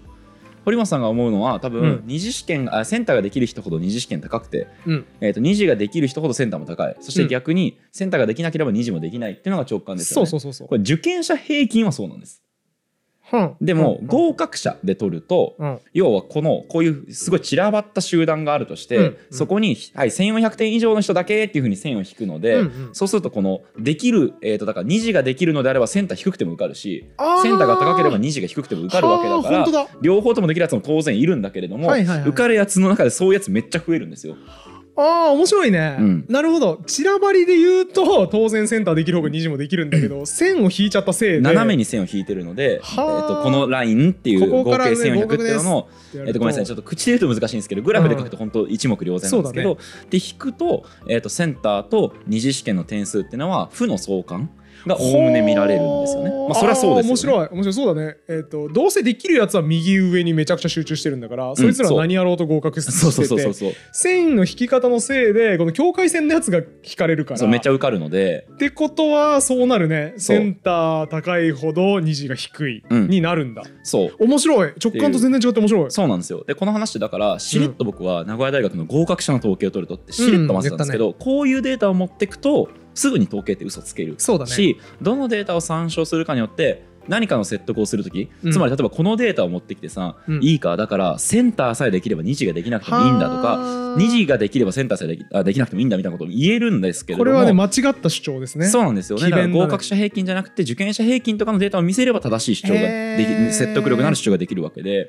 Speaker 2: 堀本さんが思うのは、多
Speaker 1: うん
Speaker 2: 分、二次試験、あ、センターができる人ほど二次試験高くて、
Speaker 1: うん
Speaker 2: えっ、と、二次ができる人ほどセンターも高い。そして逆に、センターができなければ二次もできないっていうのが直感です
Speaker 1: そ
Speaker 2: よ
Speaker 1: う
Speaker 2: ね。
Speaker 1: そううそうそう
Speaker 2: これ、受験者平均はそうなんで
Speaker 1: う
Speaker 2: す。
Speaker 1: ん
Speaker 2: でも
Speaker 1: うん
Speaker 2: 合格者で取ると
Speaker 1: うん
Speaker 2: 要はこのこういうすごい散らばった集団があるとして、
Speaker 1: うんうん
Speaker 2: そこに、はい、1400点以上の人だけっていうふうに線を引くので、
Speaker 1: うんうん
Speaker 2: そうするとこのできる、えー、とだから2次ができるのであればセンター低くても受かるし
Speaker 1: あー
Speaker 2: センターが高ければ2次が低くても受かるわけだか
Speaker 1: はあ
Speaker 2: ら
Speaker 1: 本当だ
Speaker 2: 両方ともできるやつも当然いるんだけれども、
Speaker 1: はいはいはい
Speaker 2: 受かるやつの中でそういうやつめっちゃ増えるんですよ。
Speaker 1: ああ面白いね、
Speaker 2: うん
Speaker 1: なるほど散らばりで言うと当然センターできる方が2時もできるんだけど線を引いちゃったせいで
Speaker 2: 斜めに線を引いてるので、え
Speaker 1: はあ
Speaker 2: ー、とこのラインっていう
Speaker 1: こ
Speaker 2: 合
Speaker 1: こから
Speaker 2: 計
Speaker 1: ね
Speaker 2: 1400っていうのの
Speaker 1: てや
Speaker 2: えっ
Speaker 1: る
Speaker 2: と、ごめんなさいちょっと口で言うと難しいんですけどグラフで書くと本当一目瞭然なんですけど、で引くと,、えっとセンターと二次試験の点数っていうのは負の相関がおおむね見られるんですよね。まあ、それはそうですよ、ね。
Speaker 1: あー面白い面白いそうだねえっ、とどうせできるやつは右上にめちゃくちゃ集中してるんだから、そいつらは何やろうと合格してて
Speaker 2: そうそうそうそうそう
Speaker 1: 線の引き方のせいでこの境界線のやつが引かれるから
Speaker 2: そうめっちゃ受かるので
Speaker 1: ってことはそうなるね
Speaker 2: そう
Speaker 1: センター高いほど2時が低い
Speaker 2: うん
Speaker 1: になるんだ、
Speaker 2: そう
Speaker 1: 面白い直感と全然違って面白い
Speaker 2: そうなんですよでこの話でだからしれっと僕は名古屋大学の合格者の統計を取るとってしれっと混ぜたんですけど、こういうデータを持ってくとすぐに統計って嘘つける
Speaker 1: そうだね
Speaker 2: しどのデータを参照するかによって何かの説得をするとき、
Speaker 1: うん
Speaker 2: つまり例えばこのデータを持ってきてさ、
Speaker 1: うん
Speaker 2: いいかだからセンターさえできれば2次ができなくてもいいんだとか
Speaker 1: はー
Speaker 2: 2次ができればセンターさえできあできなくてもいいんだみたいなことを言えるんですけれど
Speaker 1: こ
Speaker 2: も
Speaker 1: れはね間違った主張ですね
Speaker 2: そうなんですよね
Speaker 1: 詭
Speaker 2: だから
Speaker 1: 弁だね
Speaker 2: 合格者平均じゃなくて受験者平均とかのデータを見せれば正しい主張ができ
Speaker 1: へー
Speaker 2: 説得力のある主張ができるわけで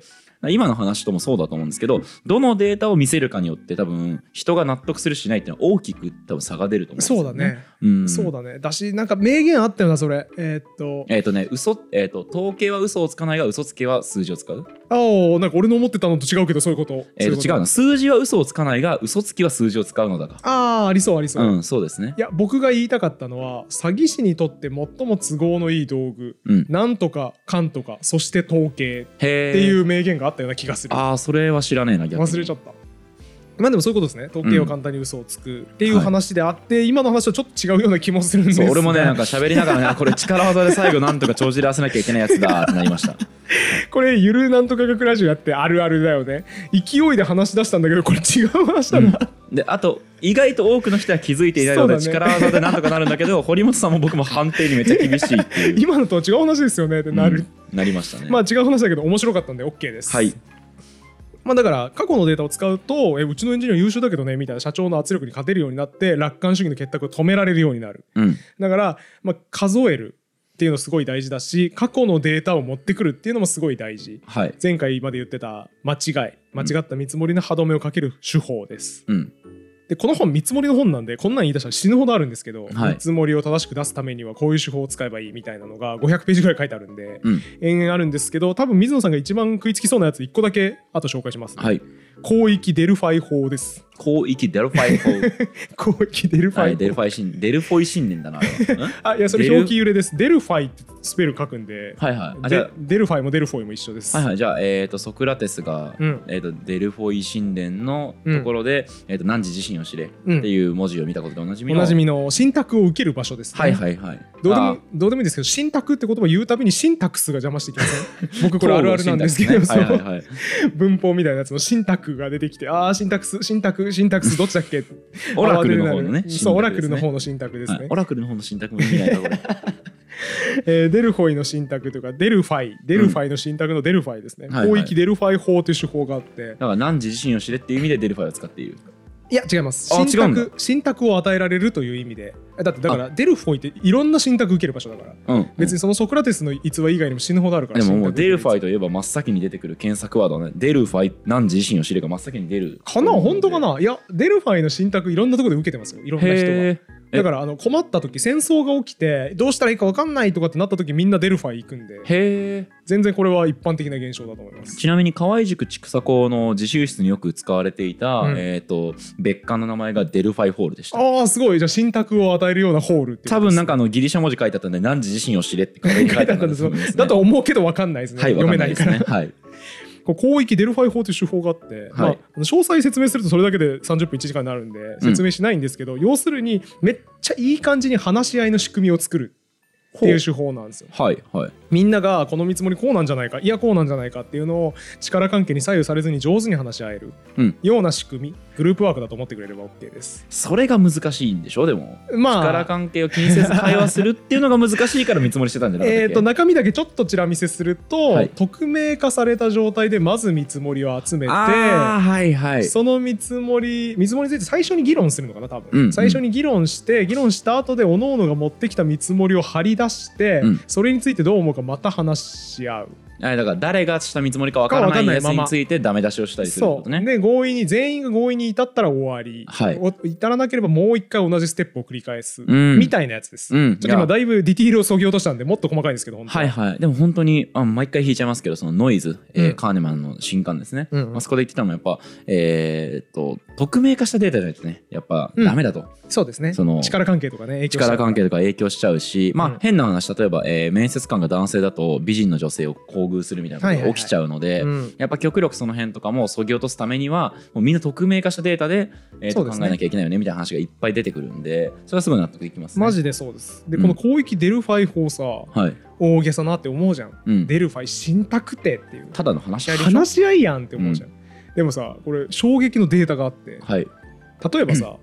Speaker 2: 今の話ともそうだと思うんですけどどのデータを見せるかによって多分人が納得するしないっていうのは大きく多分差が出ると思うんです
Speaker 1: そう
Speaker 2: よ
Speaker 1: だ
Speaker 2: ね。
Speaker 1: ね、
Speaker 2: うん
Speaker 1: そうだねだしなんか名言あったよなそれえーっと
Speaker 2: えっ、とね嘘えっ、と統計は嘘をつかないが嘘つけは数字を使う。
Speaker 1: あおなんか俺の思ってたのと違うけどそういうこと
Speaker 2: えっ、
Speaker 1: そ
Speaker 2: と
Speaker 1: ういう
Speaker 2: 違
Speaker 1: うこ
Speaker 2: な数字は嘘をつかないが嘘つきは数字を使うのだが。
Speaker 1: ああありそうありそう、い
Speaker 2: うんそうですね。
Speaker 1: や僕が言いたかったのは詐欺師にとって最も都合のいい道具
Speaker 2: うん。
Speaker 1: なんとかかんとかそして統計っ
Speaker 2: へえ。。
Speaker 1: ていうう名言があったような気がする
Speaker 2: ああそれは知らねえな逆に。
Speaker 1: 忘れちゃったまあでもそういうことですね統計は簡単に嘘をつくっていう話であって、今の話とちょっと違うような気もするんです
Speaker 2: そう
Speaker 1: が
Speaker 2: 俺もねなんか喋りながらねあこれ力技で最後なんとか帳尻合わせなきゃいけないや つだってなりました
Speaker 1: これゆるなんとか学ラジオやってあるあるだよね勢いで話し出したんだけどこれ違う話だな、
Speaker 2: であと意外と多くの人は気づいていないので、
Speaker 1: そうだ
Speaker 2: 力
Speaker 1: ね
Speaker 2: 技でなんとかなるんだ けど堀本さんも僕も判定にめっちゃ厳しいっていう
Speaker 1: 今のとは違う話ですよねってなる、
Speaker 2: うんなりましたね、
Speaker 1: まあ違う話だけど面白かったんで OK です
Speaker 2: はい
Speaker 1: まあだから過去のデータを使うとえうちのエンジニア優秀だけどねみたいな社長の圧力に勝てるようになって楽観主義の結託を止められるようになる
Speaker 2: うん
Speaker 1: だから、まあ、数えるっていうのすごい大事だし過去のデータを持ってくるっていうのもすごい大事
Speaker 2: はい
Speaker 1: 前回まで言ってた間違い間違った見積もりの歯止めをかける手法です
Speaker 2: うん
Speaker 1: でこの本見積もりの本なんでこんなん言い出したら死ぬほどあるんですけど、
Speaker 2: はい
Speaker 1: 見積もりを正しく出すためにはこういう手法を使えばいいみたいなのが500ページぐらい書いてあるんで
Speaker 2: うん
Speaker 1: 延々あるんですけど多分水野さんが一番食いつきそうなやつ1個だけあと紹介します、
Speaker 2: はい
Speaker 1: 広域デルファイ法です
Speaker 2: 広域デルファイ法
Speaker 1: 広域デルファ
Speaker 2: は
Speaker 1: イ
Speaker 2: い
Speaker 1: 法
Speaker 2: デルファイ信デルフォイ信念だなあれ はん
Speaker 1: あいやそれ
Speaker 2: デル
Speaker 1: 表記揺れですデルファイってスペル書くんで
Speaker 2: はいはいあじゃ
Speaker 1: でデルファイもデルフォイも一緒です。
Speaker 2: あはいはいじゃあえっ、とソクラテスが、
Speaker 1: うん
Speaker 2: えー、とデルフォイ神殿のところで、えー、と汝自身を知れっていう文字を見たことでおなじみ
Speaker 1: お
Speaker 2: の、
Speaker 1: なじみの信託を受ける場所です、ね。
Speaker 2: はいはいはい
Speaker 1: どうで
Speaker 2: あ
Speaker 1: も
Speaker 2: ー
Speaker 1: どうでもいいんですけど、信託って言葉を言うたびにシンタクスが邪魔してきません。 僕これあるあるなんですけど、
Speaker 2: はいはいはい
Speaker 1: そう文法みたいなやつの信託が出てきて、ああシンタクスシンタクシンタクスどっちだっけ？
Speaker 2: オラクルの方のね
Speaker 1: うんそうオラクルの
Speaker 2: 信
Speaker 1: 方の信託です
Speaker 2: 託ですね
Speaker 1: ね。
Speaker 2: はいオラクルの方の信託も意味ない なこれ
Speaker 1: えーデルフォイの信託というかデルファイデルファイの信託のデルファイですね。
Speaker 2: はいはい
Speaker 1: 広域デルファイ法という手法があって、
Speaker 2: だから何時自身を知れっていう意味でデルファイを使っている。
Speaker 1: いや違います
Speaker 2: あ
Speaker 1: 信
Speaker 2: 違うんだ
Speaker 1: 託信託を与えられるという意味でだってだからデルフォイっていろんな信託受ける場所だから
Speaker 2: うん、
Speaker 1: 別にそのソクラテスの逸話以外にも死ぬほどあるから
Speaker 2: でももうデルファ
Speaker 1: イ
Speaker 2: イといえば真っ先に出てくる検索ワードはね、デルファイ何時自身を知れが真っ先に出る。
Speaker 1: かな本当かないやデルファイの信託いろんなところで受けてますよいろんな人が
Speaker 2: へえ。
Speaker 1: だからあの困った時戦争が起きてどうしたらいいか分かんないとかってなった時みんなデルファイ行くんで
Speaker 2: へえ。
Speaker 1: 全然これは一般的な現象だと思います
Speaker 2: ちなみに河合塾千草校の自習室によく使われていた、
Speaker 1: うん
Speaker 2: えっ、と別館の名前がデルファイホールでした。
Speaker 1: ああすごいじゃあ信託を与えるようなホールっていう
Speaker 2: 多分なんかあのギリシャ文字書いてあったんで何時自身を知れって書いて
Speaker 1: 書
Speaker 2: あ
Speaker 1: いてあ
Speaker 2: っ
Speaker 1: ったん
Speaker 2: たん
Speaker 1: で
Speaker 2: ですす
Speaker 1: よ
Speaker 2: よ、ね。
Speaker 1: だと思うけど分かんないですね、
Speaker 2: はい、わ
Speaker 1: 読
Speaker 2: か
Speaker 1: め
Speaker 2: んな
Speaker 1: ないい
Speaker 2: で
Speaker 1: か
Speaker 2: す
Speaker 1: ら
Speaker 2: ね。はい。
Speaker 1: こう広域デルファイ法という手法があって、まあ
Speaker 2: はい
Speaker 1: あの詳細説明するとそれだけで30分1時間になるんで説明しないんですけど、要するにめっちゃいい感じに話し合いの仕組みを作るっていう手法なんですよ。
Speaker 2: はいはい
Speaker 1: みんながこの見積もりこうなんじゃないかいやこうなんじゃないかっていうのを力関係に左右されずに上手に話し合える
Speaker 2: うん
Speaker 1: ような仕組みグループワークだと思ってくれれば OK です。
Speaker 2: それが難しいんでしょでも、
Speaker 1: まあ
Speaker 2: 力関係を気にせず会話するっていうのが難しいから見積もりしてたんじゃなかったっけ
Speaker 1: えー、と中身だけちょっとちら見せすると、
Speaker 2: はい
Speaker 1: 匿名化された状態でまず見積もりを集めて
Speaker 2: あーはいはい
Speaker 1: その見積もり見積もりについて最初に議論するのかな多分、
Speaker 2: うんうん
Speaker 1: 最初に議論して議論した後で各々が持ってきた見積もりを貼り出して、
Speaker 2: うん
Speaker 1: それについてどう思うかまた話し合う
Speaker 2: あれだから誰がした見積もりか分から
Speaker 1: か
Speaker 2: な
Speaker 1: 分かん
Speaker 2: い
Speaker 1: ない
Speaker 2: やつ
Speaker 1: まま
Speaker 2: についてダメ出しをしたりするってことね。
Speaker 1: で合意に全員が合意に至ったら終わり、
Speaker 2: はい
Speaker 1: お至らなければもう一回同じステップを繰り返す、
Speaker 2: うん
Speaker 1: みたいなやつです、
Speaker 2: うん
Speaker 1: ちょっと
Speaker 2: い
Speaker 1: 今
Speaker 2: や
Speaker 1: だいぶディティールをそぎ落としたんでもっと細かいんですけど本当
Speaker 2: はいはい、でも本当にあ毎回弾いちゃいますけどそのノイズ、えー
Speaker 1: うん
Speaker 2: カーネマンの新刊ですね、
Speaker 1: うんうん
Speaker 2: あそこで言ってたのはやっぱ、えーっと匿名化したデータじゃないとねやっぱ
Speaker 1: うん
Speaker 2: ダメだと、
Speaker 1: そうですね
Speaker 2: その
Speaker 1: 力関係とかね影響しちゃう
Speaker 2: 力関係とか影響しちゃうし、まあ
Speaker 1: うん
Speaker 2: 変な話例えば、えー面接官が男性だと美人の女性を厚遇するみたいなことが起きちゃうので、
Speaker 1: うん
Speaker 2: やっぱ極力その辺とかもそぎ落とすためにはもうみんな匿名化したデータで、えーっ
Speaker 1: そう
Speaker 2: と
Speaker 1: で
Speaker 2: 考
Speaker 1: す
Speaker 2: え
Speaker 1: ね
Speaker 2: なきゃいけないよねみたいな話がいっぱい出てくるんでそれはすごい納得できますね。
Speaker 1: マジでそうですで、
Speaker 2: うん
Speaker 1: この広域デルファイ法さ
Speaker 2: はい
Speaker 1: 大げさなって思うじゃん、
Speaker 2: うん、
Speaker 1: デルファイ信託ってっていう
Speaker 2: ただの話し合いでしょ
Speaker 1: 話し合いやんって思うじゃん、でもさこれ衝撃のデータがあって
Speaker 2: はい
Speaker 1: 例えばさ、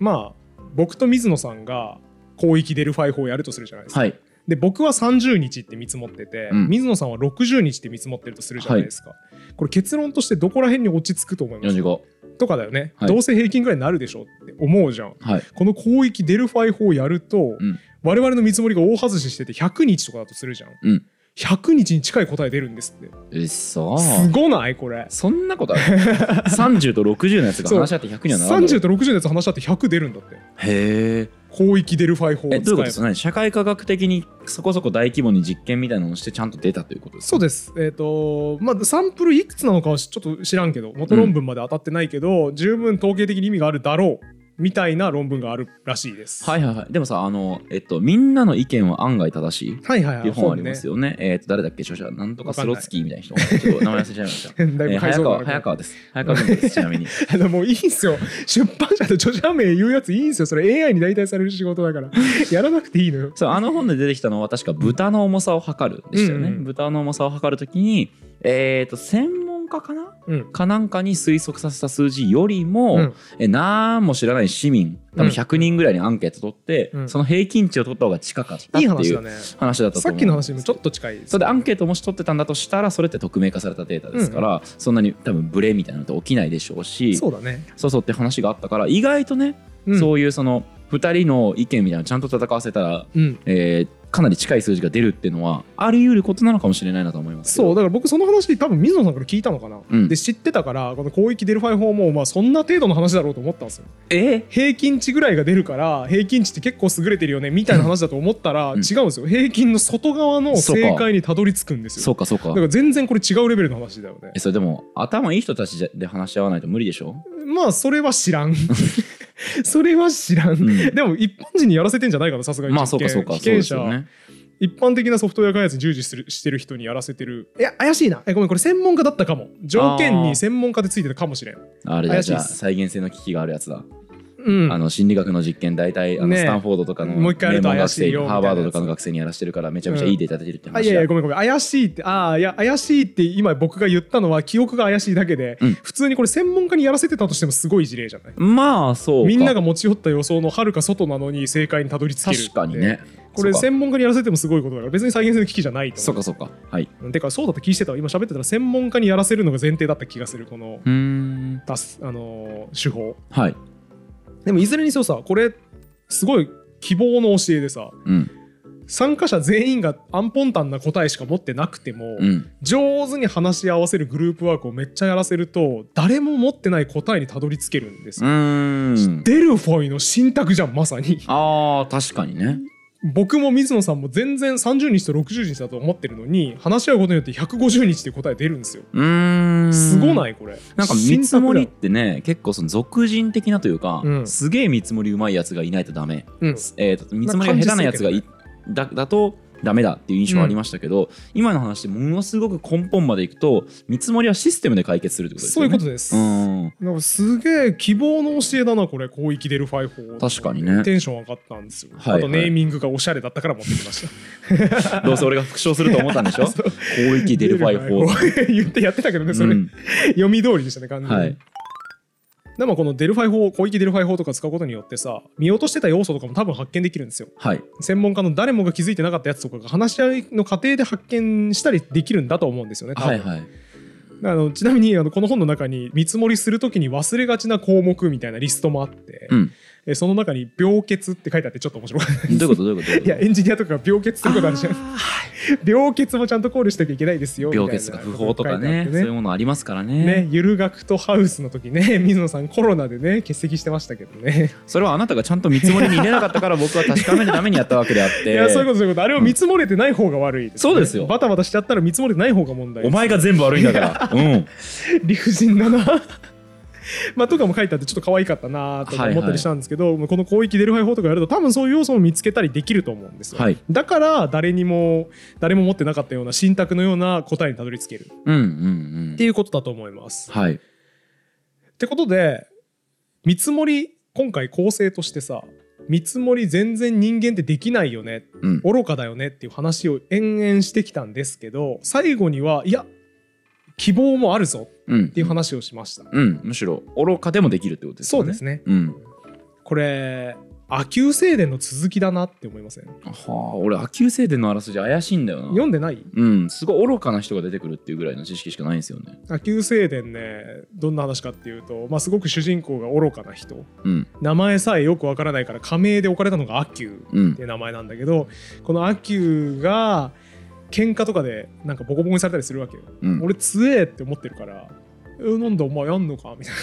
Speaker 1: まあ僕と水野さんが広域デルファイ法をやるとするじゃないですか、
Speaker 2: はい
Speaker 1: で僕は30日って見積もってて、
Speaker 2: うん
Speaker 1: 水野さんは60日って見積もってるとするじゃないですか、これ結論としてどこら辺に落ち着くと思います
Speaker 2: 45
Speaker 1: とかだよね、
Speaker 2: はい
Speaker 1: どうせ平均ぐらいになるでしょって思うじゃん
Speaker 2: はい
Speaker 1: この広域デルファイ法をやると、
Speaker 2: うん
Speaker 1: 我々の見積もりが大外ししてて100日とかだとするじゃん、
Speaker 2: うん
Speaker 1: 100日に近い答え出るんですって
Speaker 2: うっそー
Speaker 1: すごないこれ
Speaker 2: そんなことある30と60のやつが話し合って100にはならない
Speaker 1: 30と60のやつ話し合って100出るんだって
Speaker 2: へー
Speaker 1: 広域デルファイ法を使えば
Speaker 2: えどういうことですかね社会科学的にそこそこ大規模に実験みたいなのをしてちゃんと出たということですか
Speaker 1: そうです、えっとまあ、サンプルいくつなのかはちょっと知らんけど元論文まで当たってないけど、十分統計的に意味があるだろうみたいな論文があるらしいです。
Speaker 2: はいはいはいでもさあのえっとみんなの意見は案外正しいっ
Speaker 1: はいはいは
Speaker 2: てい
Speaker 1: いう
Speaker 2: 本ありますよねえっと誰だっけ著者なんとかスロツキーみたいな人ちょっと名前忘れちゃいました
Speaker 1: 本ねだい
Speaker 2: え
Speaker 1: ぶ
Speaker 2: ー
Speaker 1: 改
Speaker 2: 早
Speaker 1: 造があ
Speaker 2: 川
Speaker 1: る
Speaker 2: 早川です早川君ですち なみに
Speaker 1: あのもういいんすよ出版社で著者名言うやついいんすよそれ AI に代替される仕事だ からやらなくていいのよ
Speaker 2: そうあの本で出てきたのは確か豚の重さを測るでしたよね、
Speaker 1: うんうん
Speaker 2: 豚の重さを測るときにえっと専門家かな
Speaker 1: うん
Speaker 2: かなんかに推測させた数字よりも、
Speaker 1: うん
Speaker 2: えなんも知らない市民多
Speaker 1: うん
Speaker 2: 分100人ぐらいにアンケート取って、
Speaker 1: うん
Speaker 2: その平均値を取った方が近かったっ
Speaker 1: い
Speaker 2: て
Speaker 1: い
Speaker 2: いう
Speaker 1: 話だね
Speaker 2: 話だったと
Speaker 1: さ
Speaker 2: 思
Speaker 1: っ
Speaker 2: う
Speaker 1: きの話にもちょっと近いです
Speaker 2: それでアンケートもし取ってたんだとしたらそれって匿名化されたデータですから、そんなに多分ブレみたいなのって起きないでしょうし
Speaker 1: そうだね、
Speaker 2: そうそうって話があったから意外とね、
Speaker 1: うん、
Speaker 2: そういうその2人の意見みたいなのちゃんと戦わせたら、
Speaker 1: うん
Speaker 2: えーかなり近い数字が出るっていうのはあり得ることなのかもしれないなと思いますけど
Speaker 1: そうだから僕その話多分水野さんから聞いたのかな、
Speaker 2: うん
Speaker 1: で知ってたからこの広域デルファイ法もまあそんな程度の話だろうと思ったんですよ
Speaker 2: え
Speaker 1: 平均値ぐらいが出るから平均値って結構優れてるよねみたいな話だと思ったら違
Speaker 2: う
Speaker 1: うん
Speaker 2: ん
Speaker 1: ですよ、平均の外側の正解にたどり着くんですよ
Speaker 2: そうかそうか
Speaker 1: だから全然これ違うレベルの話だよね
Speaker 2: えそれでも頭いい人たちじゃで話し合わないと無理で しょ、
Speaker 1: まあそれは知ら んそれは知らん、
Speaker 2: うん
Speaker 1: でも一般人にやらせてんじゃないかなさすがに
Speaker 2: まあそうかそうか
Speaker 1: 被
Speaker 2: そう
Speaker 1: 験
Speaker 2: です
Speaker 1: 者、
Speaker 2: よね
Speaker 1: 一般的なソフトウェア開発に従事するしてる人にやらせてるいや怪しいなえごめんこれ専門家だったかも条件
Speaker 2: あ
Speaker 1: に
Speaker 2: ー
Speaker 1: 専門家でついてたかもしれん
Speaker 2: あれだ
Speaker 1: 怪しい
Speaker 2: じ
Speaker 1: っ
Speaker 2: ゃあ
Speaker 1: す
Speaker 2: 再現性の危機があるやつだ、
Speaker 1: うん
Speaker 2: あの心理学の実験大体あの
Speaker 1: ねえ
Speaker 2: スタンフォードとかの
Speaker 1: もう一回やると
Speaker 2: 名門学
Speaker 1: 怪し
Speaker 2: 生
Speaker 1: いよみたい
Speaker 2: ハー
Speaker 1: なやつ
Speaker 2: バードとかの学生にやらしてるからめちゃめちゃいいデータ出てるって
Speaker 1: あい
Speaker 2: 話
Speaker 1: やい
Speaker 2: だ、
Speaker 1: やごめんごめん怪しいってああいや怪しいって今僕が言ったのは記憶が怪しいだけで、
Speaker 2: うん
Speaker 1: 普通にこれ専門家にやらせてたとしてもすごい事例じゃない
Speaker 2: まあそうか
Speaker 1: みんなが持ち寄った予想のはるか外なのに正解にたどり着けるって
Speaker 2: 確かにね
Speaker 1: これ
Speaker 2: そうか
Speaker 1: 専門家にやらせてもすごいことだから別に再現性の危機じゃないと
Speaker 2: そ
Speaker 1: 思
Speaker 2: うかそうかはい
Speaker 1: てかそうだった気してたわ今喋ってたら専門家にやらせるのが前提だった気がするこの
Speaker 2: うーん
Speaker 1: 出す、あのー手法
Speaker 2: はい
Speaker 1: でもいずれにせよさこれすごい希望の教えでさ
Speaker 2: うん
Speaker 1: 参加者全員がアンポンタンな答えしか持ってなくても、
Speaker 2: うん
Speaker 1: 上手に話し合わせるグループワークをめっちゃやらせると誰も持ってない答えにたどり着けるんです
Speaker 2: う
Speaker 1: よ、
Speaker 2: ーん
Speaker 1: デルフォイの信託じゃんまさに
Speaker 2: あー確かにね
Speaker 1: 僕も水野さんも全然30日と60日だと思ってるのに話し合うことによって150日って答え出るんですよ
Speaker 2: うーん
Speaker 1: すごないいこれ
Speaker 2: なんか見積もりっ
Speaker 1: 信
Speaker 2: てね結構その俗人的なというか、
Speaker 1: うん
Speaker 2: すげえ見積もりうまいやつがいないとダメ
Speaker 1: 託だうん
Speaker 2: えーと見積もりが下手なやつがいだだとダメだっていう印象はありましたけど、今の話でものすごく根本までいくと見積もりはシステムで解決するってことです
Speaker 1: そうい
Speaker 2: よ
Speaker 1: う
Speaker 2: ね。
Speaker 1: ことです、
Speaker 2: うん
Speaker 1: なんかすげえ希望の教えだなこれ広域デルファイ法
Speaker 2: 確かにね
Speaker 1: テンション上がったんですよ、
Speaker 2: はいはい
Speaker 1: あとネーミングがおしゃれだったから持ってきました
Speaker 2: どうせ俺が復唱すると思ったんでしょ
Speaker 1: そう
Speaker 2: 広域デルファイ法。
Speaker 1: 法言ってやってたけどね それ、
Speaker 2: うん
Speaker 1: 読み通りでしたね完全に、
Speaker 2: はい
Speaker 1: でもこのデルファイ法広域デルファイ法とか使うことによってさ見落としてた要素とかも多分発見できるんですよ
Speaker 2: はい
Speaker 1: 専門家の誰もが気づいてなかったやつとかが話し合いの過程で発見したりできるんだと思うんですよね多分
Speaker 2: はいはい。
Speaker 1: あのちなみにあのこの本の中に見積もりするときに忘れがちな項目みたいなリストもあって、
Speaker 2: うん。
Speaker 1: えその中に「病欠」って書いてあってちょっと面白かった
Speaker 2: どういうことどういうことどういう
Speaker 1: い
Speaker 2: こと
Speaker 1: やエンジニアとかが病欠することあるじゃん
Speaker 2: あ
Speaker 1: 病欠もちゃんと考慮しなきゃいけないですよ
Speaker 2: ー 病欠とか不法とか
Speaker 1: み
Speaker 2: ねそ
Speaker 1: た
Speaker 2: う
Speaker 1: いな
Speaker 2: いう
Speaker 1: こ
Speaker 2: ものありますから
Speaker 1: とが書いてあってね
Speaker 2: ね
Speaker 1: ねゆる学とハウスの時ね水野さんコロナでね欠席してましたけどね
Speaker 2: それはあなたがちゃんと見積もりに入れなかったから僕は確かめるためにやったわけであっ
Speaker 1: い
Speaker 2: て
Speaker 1: やそういうことそういうことあれを見積もれてない方が悪いです、ね
Speaker 2: そうですよ
Speaker 1: バタバタしちゃったら見積もれてない方が問題で
Speaker 2: お
Speaker 1: す
Speaker 2: 前が全部悪いんだからうん
Speaker 1: 理不尽だな まあとかも書いてあってちょっと可愛かったなとか思ったりしたんですけど、この広域デルファイ法とかやると多分そういう要素も見つけたりできると思うんですよ、
Speaker 2: はい
Speaker 1: だから誰にも誰も持ってなかったような信託のような答えにたどり着けるっ
Speaker 2: うんうんうん
Speaker 1: ていうことだと思います、
Speaker 2: はい
Speaker 1: ってことで見積もり今回構成としてさ見積もり全然人間ってできないよね
Speaker 2: うん
Speaker 1: 愚かだよねっていう話を延々してきたんですけど最後にはいや希望もあるぞ
Speaker 2: うんっ
Speaker 1: っていう話をしました、
Speaker 2: うんむしろ愚かでもできるってことです
Speaker 1: そ
Speaker 2: よ
Speaker 1: う
Speaker 2: ね
Speaker 1: ですね
Speaker 2: うん
Speaker 1: これ阿久聖伝の続きだなって思いません
Speaker 2: はあ俺秋生伝のあらすじ怪しいんだよな
Speaker 1: 読んでない
Speaker 2: うんすごい愚かな人が出てくるっていうぐらいの知識しかないんですよね
Speaker 1: 阿久聖伝ねどんな話かっていうと、まあ、すごく主人公が愚かな人
Speaker 2: うん
Speaker 1: 名前さえよくわからないから仮名で置かれたのが阿久っ
Speaker 2: うん
Speaker 1: ていう名前なんだけどこの阿久が喧嘩とかでなんかボコボコにされたりするわけよ、
Speaker 2: うん
Speaker 1: 俺強えって思ってるから「えなんだお前やんのか?」みたい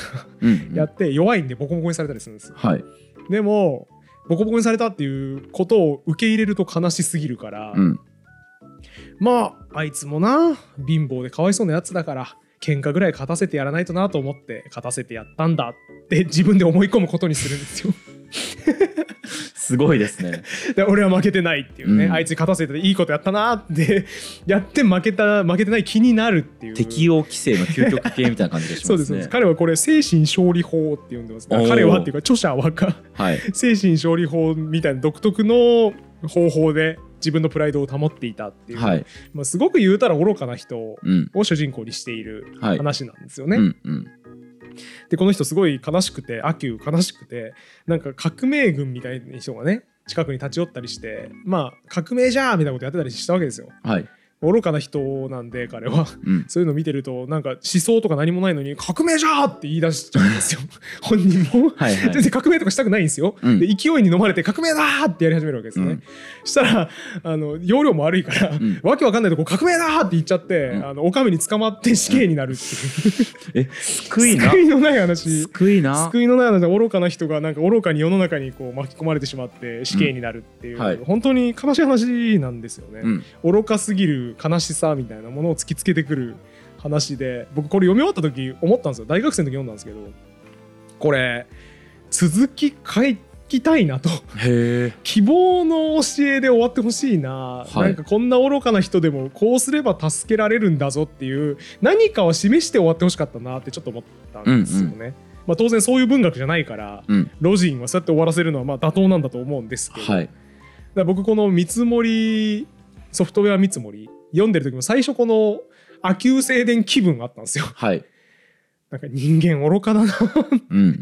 Speaker 2: うん
Speaker 1: なやって弱いんでボコボコにされたりするんですよ
Speaker 2: はい
Speaker 1: でもボコボコにされたっていうことを受け入れると悲しすぎるから、
Speaker 2: うん
Speaker 1: まああいつもな貧乏でかわいそうなやつだから喧嘩ぐらい勝たせてやらないとなと思って勝たせてやったんだって自分で思い込むことにするんですよ。
Speaker 2: すごいです ね
Speaker 1: で俺は負けてないっていうね、
Speaker 2: うん
Speaker 1: あいつに勝たせていいことやったなって やって負けた負けてない気になるっていう。
Speaker 2: 適応規制の究極系みたいな感じがし
Speaker 1: そう
Speaker 2: ま
Speaker 1: ですす、
Speaker 2: ね
Speaker 1: 彼はこれ精神勝利法って呼んでます、
Speaker 2: お
Speaker 1: ね、
Speaker 2: ー
Speaker 1: 彼はっていうか著者はか
Speaker 2: はい
Speaker 1: 精神勝利法みたいな独特の方法で自分のプライドを保っていたっていう、
Speaker 2: はい
Speaker 1: まあ、すごく言うたら愚かな人を
Speaker 2: うん
Speaker 1: 主人公にしている
Speaker 2: はい
Speaker 1: 話なんですよ
Speaker 2: う
Speaker 1: ね。
Speaker 2: んうん
Speaker 1: でこの人すごい悲しくてアキュー悲しくてなんか革命軍みたいな人がね近くに立ち寄ったりしてまあ革命じゃーみたいなことやってたりしたわけですよ。
Speaker 2: はい
Speaker 1: 愚かな人なんで彼は
Speaker 2: うん
Speaker 1: そういうの見てるとなんか思想とか何もないのに革命じゃーって言い出しちゃうんですよ 本人も。
Speaker 2: はいはい
Speaker 1: 全然革命とかしたくないんですよ、
Speaker 2: うん
Speaker 1: で勢いに飲まれて革命だーってやり始めるわけですね、
Speaker 2: うん
Speaker 1: したらあの容量も悪いから、
Speaker 2: ん
Speaker 1: わけわかんないとこ革命だーって言っちゃって、
Speaker 2: うん
Speaker 1: あのお上に捕まって死刑になるっていう、
Speaker 2: え救いな
Speaker 1: 救いのない話
Speaker 2: 救いな
Speaker 1: 救いのない話愚かな人がなんか愚かに世の中にこう巻き込まれてしまって死刑になるっていう、
Speaker 2: うんはい
Speaker 1: 本当に悲しい話なんですよね、
Speaker 2: うん
Speaker 1: 愚かすぎる悲しさみたいなものを突きつけてくる話で僕これ読み終わった時思ったんですよ大学生の時読んだんですけどこれ続き書きたいなと
Speaker 2: へえ
Speaker 1: 希望の教えで終わってほしいな、
Speaker 2: はい
Speaker 1: なんかこんな愚かな人でもこうすれば助けられるんだぞっていう何かを示して終わってほしかったなってちょっと思ったんですよね。まあ、当然そういう文学じゃないから
Speaker 2: うん
Speaker 1: ロジンはそうやって終わらせるのはまあ妥当なんだと思うんですけど、
Speaker 2: は
Speaker 1: だ
Speaker 2: い
Speaker 1: から僕この見積もりソフトウェア見積もり読んでる時も最初この亜久静電気分あったんですよ
Speaker 2: はい
Speaker 1: なんか人間愚かだな
Speaker 2: うんうん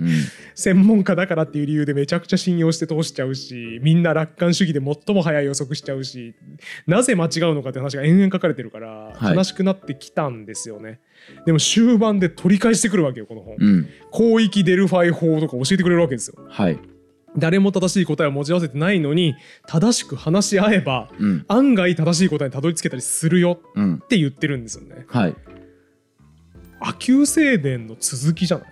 Speaker 1: 専門家だからっていう理由でめちゃくちゃ信用して通しちゃうしみんな楽観主義で最も早い予測しちゃうしなぜ間違うのかって話が延々書かれてるから
Speaker 2: はい
Speaker 1: 悲しくなってきたんですよね、でも終盤で取り返してくるわけよこの本
Speaker 2: うん
Speaker 1: 広域デルファイ法とか教えてくれるわけですよ
Speaker 2: はい
Speaker 1: 誰も正しい答えを持ち合わせてないのに正しく話し合えば
Speaker 2: うん
Speaker 1: 案外正しい答えにたどり着けたりするよ
Speaker 2: うん
Speaker 1: って言ってるんですよね。
Speaker 2: はい
Speaker 1: 阿久聖伝の続きじゃない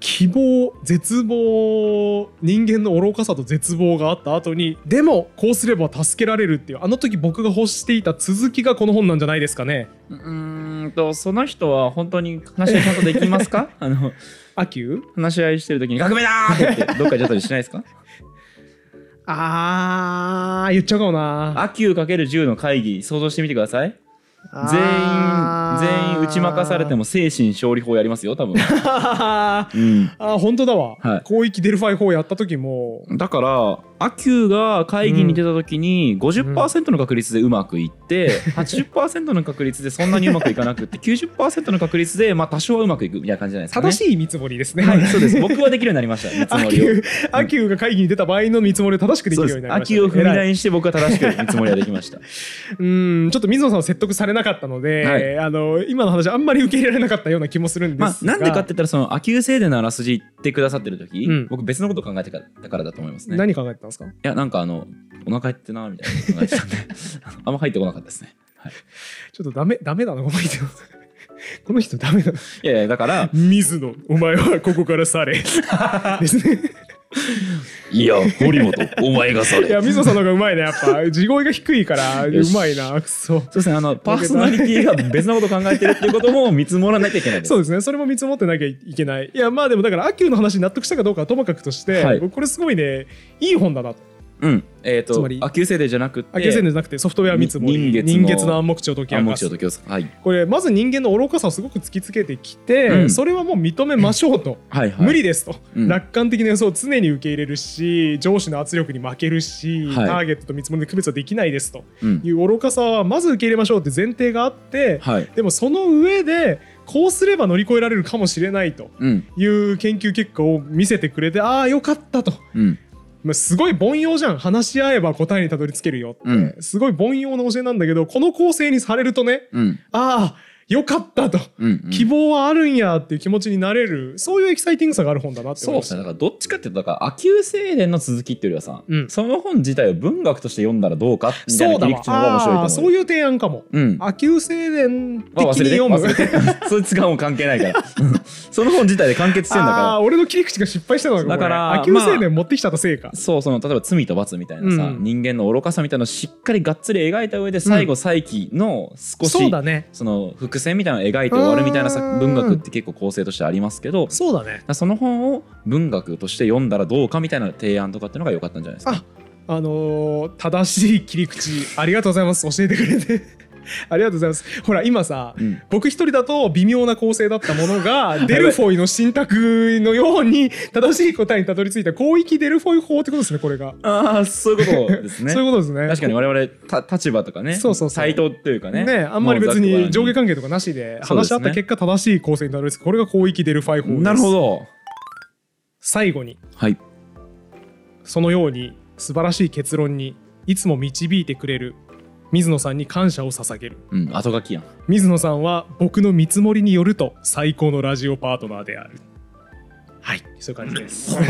Speaker 1: 希望絶望人間の愚かさと絶望があった後にでもこうすれば助けられるっていうあの時僕が欲していた続きがこの本なんじゃないですかね。
Speaker 2: うーんとその人は本当に話し合いちゃんとできます かあの
Speaker 1: 阿久
Speaker 2: 話し合いしてる時に「革命だ!」って言ってどっか行っちゃったりしないですか
Speaker 1: あー言っちゃうかもな
Speaker 2: アキュー ×10 の会議想像してみてください全
Speaker 1: あ
Speaker 2: 員
Speaker 1: ー
Speaker 2: 全員打ち負かされても精神勝利法やりますよ多分、
Speaker 1: あー
Speaker 2: うん、
Speaker 1: あー本当だわ、
Speaker 2: はい
Speaker 1: 広域デルファイ4やった時も
Speaker 2: だからアキューが会議に出た時に50%の確率でうまくいって、80%の確率でそんなにうまくいかなくって90%の確率でまあ多少はうまくいくみたいな感じじゃないですか、ね、
Speaker 1: 正しい見積もりですね、
Speaker 2: はい、そうです僕はできるようになりました見積
Speaker 1: ア
Speaker 2: も
Speaker 1: キ
Speaker 2: りを
Speaker 1: ューアキューが会議に出た場合の見積もりを正しくでき
Speaker 2: そう
Speaker 1: る
Speaker 2: で
Speaker 1: ように
Speaker 2: す
Speaker 1: なりました
Speaker 2: 秋
Speaker 1: ね、
Speaker 2: を踏み
Speaker 1: 偉い
Speaker 2: 台にして僕は正しく見積もりができました
Speaker 1: うんちょっと水野さんを説得されなかったので、
Speaker 2: はい
Speaker 1: あの今の話あんまり受け入れられなかったような気もするんで
Speaker 2: まあ
Speaker 1: すが、
Speaker 2: なんでかって言ったらその秋制度のあらすじ言ってくださってる時、
Speaker 1: うん
Speaker 2: 僕別のこと考えてたからだと思いますねい
Speaker 1: 何考えてたんですか
Speaker 2: やなんかあのお腹減ってなみたいな考えてたんであんま入ってこなかったですね
Speaker 1: ちょっとダメダメだなこの人 この人ダ メだない
Speaker 2: やいやだから
Speaker 1: 水野お前はここから 去れですね
Speaker 2: いや堀本お前がそ
Speaker 1: いや水野さんの方がうまいねやっぱ地声が低いからう
Speaker 2: よし
Speaker 1: まいなくそ
Speaker 2: そうですね、あのパーソナリティが別のこと考えてるっていうことも見積もらなきゃいけないです。
Speaker 1: そうですねそれも見積もってなきゃいけないいやまあでもだからアキューの話に納得したかどうかはともかくとして、
Speaker 2: はい
Speaker 1: 僕これすごいねいい本だな
Speaker 2: うん、えっ、ー、
Speaker 1: つ
Speaker 2: と
Speaker 1: まり、
Speaker 2: アキュー制定じゃなくて、
Speaker 1: アキュー宣伝じゃなくてソフトウェア見積もり
Speaker 2: 人月の
Speaker 1: 人月の暗黙知を解き
Speaker 2: 暗
Speaker 1: 明か
Speaker 2: 黙知
Speaker 1: す
Speaker 2: を解きますはい、
Speaker 1: これまず人間の愚かさをすごく突きつけてきて、
Speaker 2: うん
Speaker 1: それはもう認めましょうと、
Speaker 2: はい、はい。
Speaker 1: 無理ですと、
Speaker 2: うん
Speaker 1: 楽観的な予想を常に受け入れるし上司の圧力に負けるし、
Speaker 2: はい
Speaker 1: ターゲットと見積もりの区別はできないですと
Speaker 2: うん
Speaker 1: いう愚かさはまず受け入れましょうって前提があって、
Speaker 2: はい。
Speaker 1: でもその上でこうすれば乗り越えられるかもしれないと
Speaker 2: うん、
Speaker 1: いう研究結果を見せてくれてああよかったと。
Speaker 2: うん、
Speaker 1: まあすごい凡庸じゃん話し合えば答えにたどり着けるよって、
Speaker 2: うん
Speaker 1: すごい凡庸な教えなんだけどこの構成にされるとね
Speaker 2: うん、
Speaker 1: ああよかったと
Speaker 2: うん、うん。
Speaker 1: 希望はあるんやっていう気持ちになれるそういうエキサイティングさがある本だなって
Speaker 2: そう
Speaker 1: 思いま
Speaker 2: で
Speaker 1: し
Speaker 2: す
Speaker 1: た
Speaker 2: ね。だからどっちかっていうとだからアキュー制定の続きっていうよりはさ、
Speaker 1: うん
Speaker 2: その本自体を文学として読んだらどうかみたい
Speaker 1: そうだ
Speaker 2: な切り
Speaker 1: わ
Speaker 2: 口の方が面白いと思
Speaker 1: あ
Speaker 2: う。
Speaker 1: ーそういう提案かも
Speaker 2: うん。
Speaker 1: 「秋雨静電」的
Speaker 2: まあ忘
Speaker 1: に
Speaker 2: れて
Speaker 1: 読む
Speaker 2: 忘れて そいつがもう関係ないから その本自体で完結してんだから
Speaker 1: あー俺の切り口が失敗したのか
Speaker 2: だから
Speaker 1: 秋雨
Speaker 2: まあ
Speaker 1: 静電持ってきちゃったせいか、
Speaker 2: そうその例えば罪と罰みたいなさ、
Speaker 1: うん
Speaker 2: 人間の愚かさみたいなのをしっかりがっつり描いた上で最後再起の少し、
Speaker 1: そうだね
Speaker 2: その伏線みたいなのを描いて終わるみたいなさ
Speaker 1: うん
Speaker 2: 文学って結構構成としてありますけどだか
Speaker 1: そうだね
Speaker 2: らその本を文学として読んだらどうかみたいな提案とかっていうのが良かったんじゃないですか。
Speaker 1: ああのー正しい切り口ありがとうございます教えてくれて ありがとうございますほら今さ
Speaker 2: うん
Speaker 1: 僕一人だと微妙な構成だったもの がデルフォイの信託のように正しい答えにたどり着いた広域デルフォイ法ってことですねこれが、
Speaker 2: ああそういうことですね。
Speaker 1: そういうことですね
Speaker 2: 確かに我々た立場とかね
Speaker 1: そうそうそう
Speaker 2: サイトというかね
Speaker 1: ね、あんまり別
Speaker 2: もうざっくばら
Speaker 1: に上下関係とかなしで
Speaker 2: そうで
Speaker 1: 話
Speaker 2: すね
Speaker 1: し合った結果正しい構成になるんですこれが広域デルファイ法です
Speaker 2: なるほど
Speaker 1: 最後に
Speaker 2: はい
Speaker 1: そのように素晴らしい結論にいつも導いてくれる水野さんに感謝を捧げる
Speaker 2: うん後書きやん
Speaker 1: 水野さんは僕の見積もりによると最高のラジオパートナーであるはいそういう感じです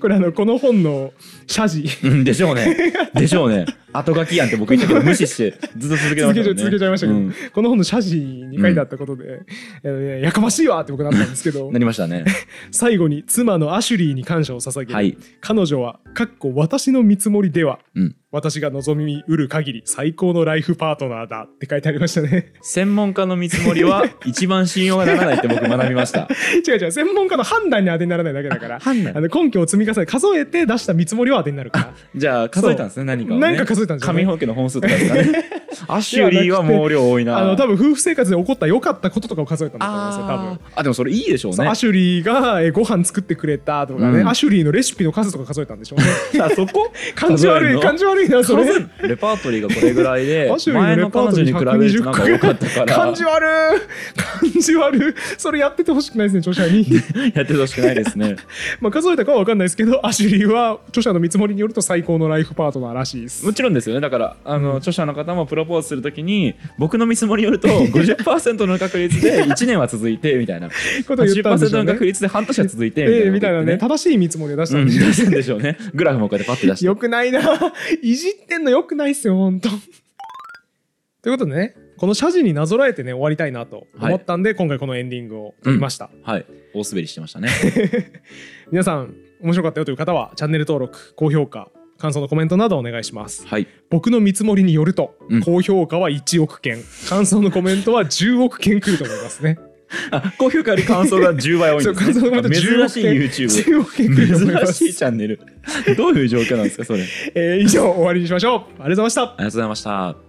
Speaker 1: これあのこの本の謝辞
Speaker 2: うんでしょうねでしょうね後書きやんって僕言ったけど無視してずっと続けてま
Speaker 1: 続
Speaker 2: し
Speaker 1: け
Speaker 2: た
Speaker 1: ちゃ
Speaker 2: もんね
Speaker 1: 続けちゃいましたけど、
Speaker 2: うん
Speaker 1: この本の謝辞に書いてあったことで、あのねやかましいわって僕なったんですけ ど
Speaker 2: なりましたね
Speaker 1: 最後に妻のアシュリーに感謝を捧げる、
Speaker 2: はい
Speaker 1: 彼女はかっこ私の見積もりでは
Speaker 2: うん
Speaker 1: 私が望みうる限り最高のライフパートナーだって書いてありましたね
Speaker 2: 専門家の見積もりは一番信用がならないって僕学びました
Speaker 1: 違う違う専門家の判断に当てにならないだけだから
Speaker 2: 判
Speaker 1: あの根拠を積み重ね数えて出した見積もりは当てになるから
Speaker 2: じゃあ数えたんですね何かをね
Speaker 1: なんか数えたんじゃない
Speaker 2: 紙本家の本数とかですか ねアシュリーは毛量多いな
Speaker 1: あの多分夫婦生活で起こった良かったこととかを数えたんだと思うんですよ多分
Speaker 2: あーあでもそれいいでしょう
Speaker 1: そう
Speaker 2: ね
Speaker 1: アシュリーがえーご飯作ってくれたとかね、
Speaker 2: うん
Speaker 1: アシュリーのレシピの数とか数えたんで しょうね
Speaker 2: あそこ
Speaker 1: 感じ悪い感
Speaker 2: 数
Speaker 1: じ悪い なそれ
Speaker 2: えるのレパートリーがこれぐら いで
Speaker 1: アシュリー
Speaker 2: 前
Speaker 1: のレ
Speaker 2: の
Speaker 1: パー
Speaker 2: 彼
Speaker 1: ト
Speaker 2: 女
Speaker 1: リ
Speaker 2: に
Speaker 1: ー
Speaker 2: 比べると
Speaker 1: 120
Speaker 2: なん
Speaker 1: 個
Speaker 2: か良かったから
Speaker 1: 感じ悪い感じ悪いそれやっててほしくないですね著者に
Speaker 2: やってほしくないですね
Speaker 1: まあ数えたかは分かんないですけどアシュリーは著者の見積もりによると最高のライフパートナーらしいです
Speaker 2: もちろんですよねだからあの、著者の方もプロポーズするときに僕の見積もりによ ると50%の確率で1年は続いてみたいな
Speaker 1: ことを言ったんでしょう
Speaker 2: 80%の
Speaker 1: ね
Speaker 2: 確率で半年は続いて
Speaker 1: ええみ
Speaker 2: み
Speaker 1: た
Speaker 2: た
Speaker 1: い
Speaker 2: い
Speaker 1: な
Speaker 2: な、
Speaker 1: ね正しい見積もりを出した
Speaker 2: うんん、
Speaker 1: で
Speaker 2: 出
Speaker 1: しょ
Speaker 2: すんでしょうね。グラフもこうやってパッ て出して。
Speaker 1: よくないないじってんのよくないっすよほんと ということでねこの謝辞になぞらえてね終わりたいなと思ったんで、今回このエンディングを撮りました、
Speaker 2: はい。大滑りしてました ね。
Speaker 1: 皆さん面白かったよという方はチャンネル登録高評価感想のコメントなどお願いします
Speaker 2: はい。
Speaker 1: 僕の見積もりによると、
Speaker 2: うん
Speaker 1: 高評価は1億件感想のコメントは10億件来ると思いますね
Speaker 2: あ高評価より感想が10倍多いんです、ね、
Speaker 1: そう感想が
Speaker 2: 珍しい
Speaker 1: 10億点 10
Speaker 2: YouTube
Speaker 1: 億円くらいだと思いま
Speaker 2: 珍
Speaker 1: す
Speaker 2: しいチャンネルどういう状況なんですかそれありが
Speaker 1: えー以上終わりにしましょうありがとうございました
Speaker 2: とうございました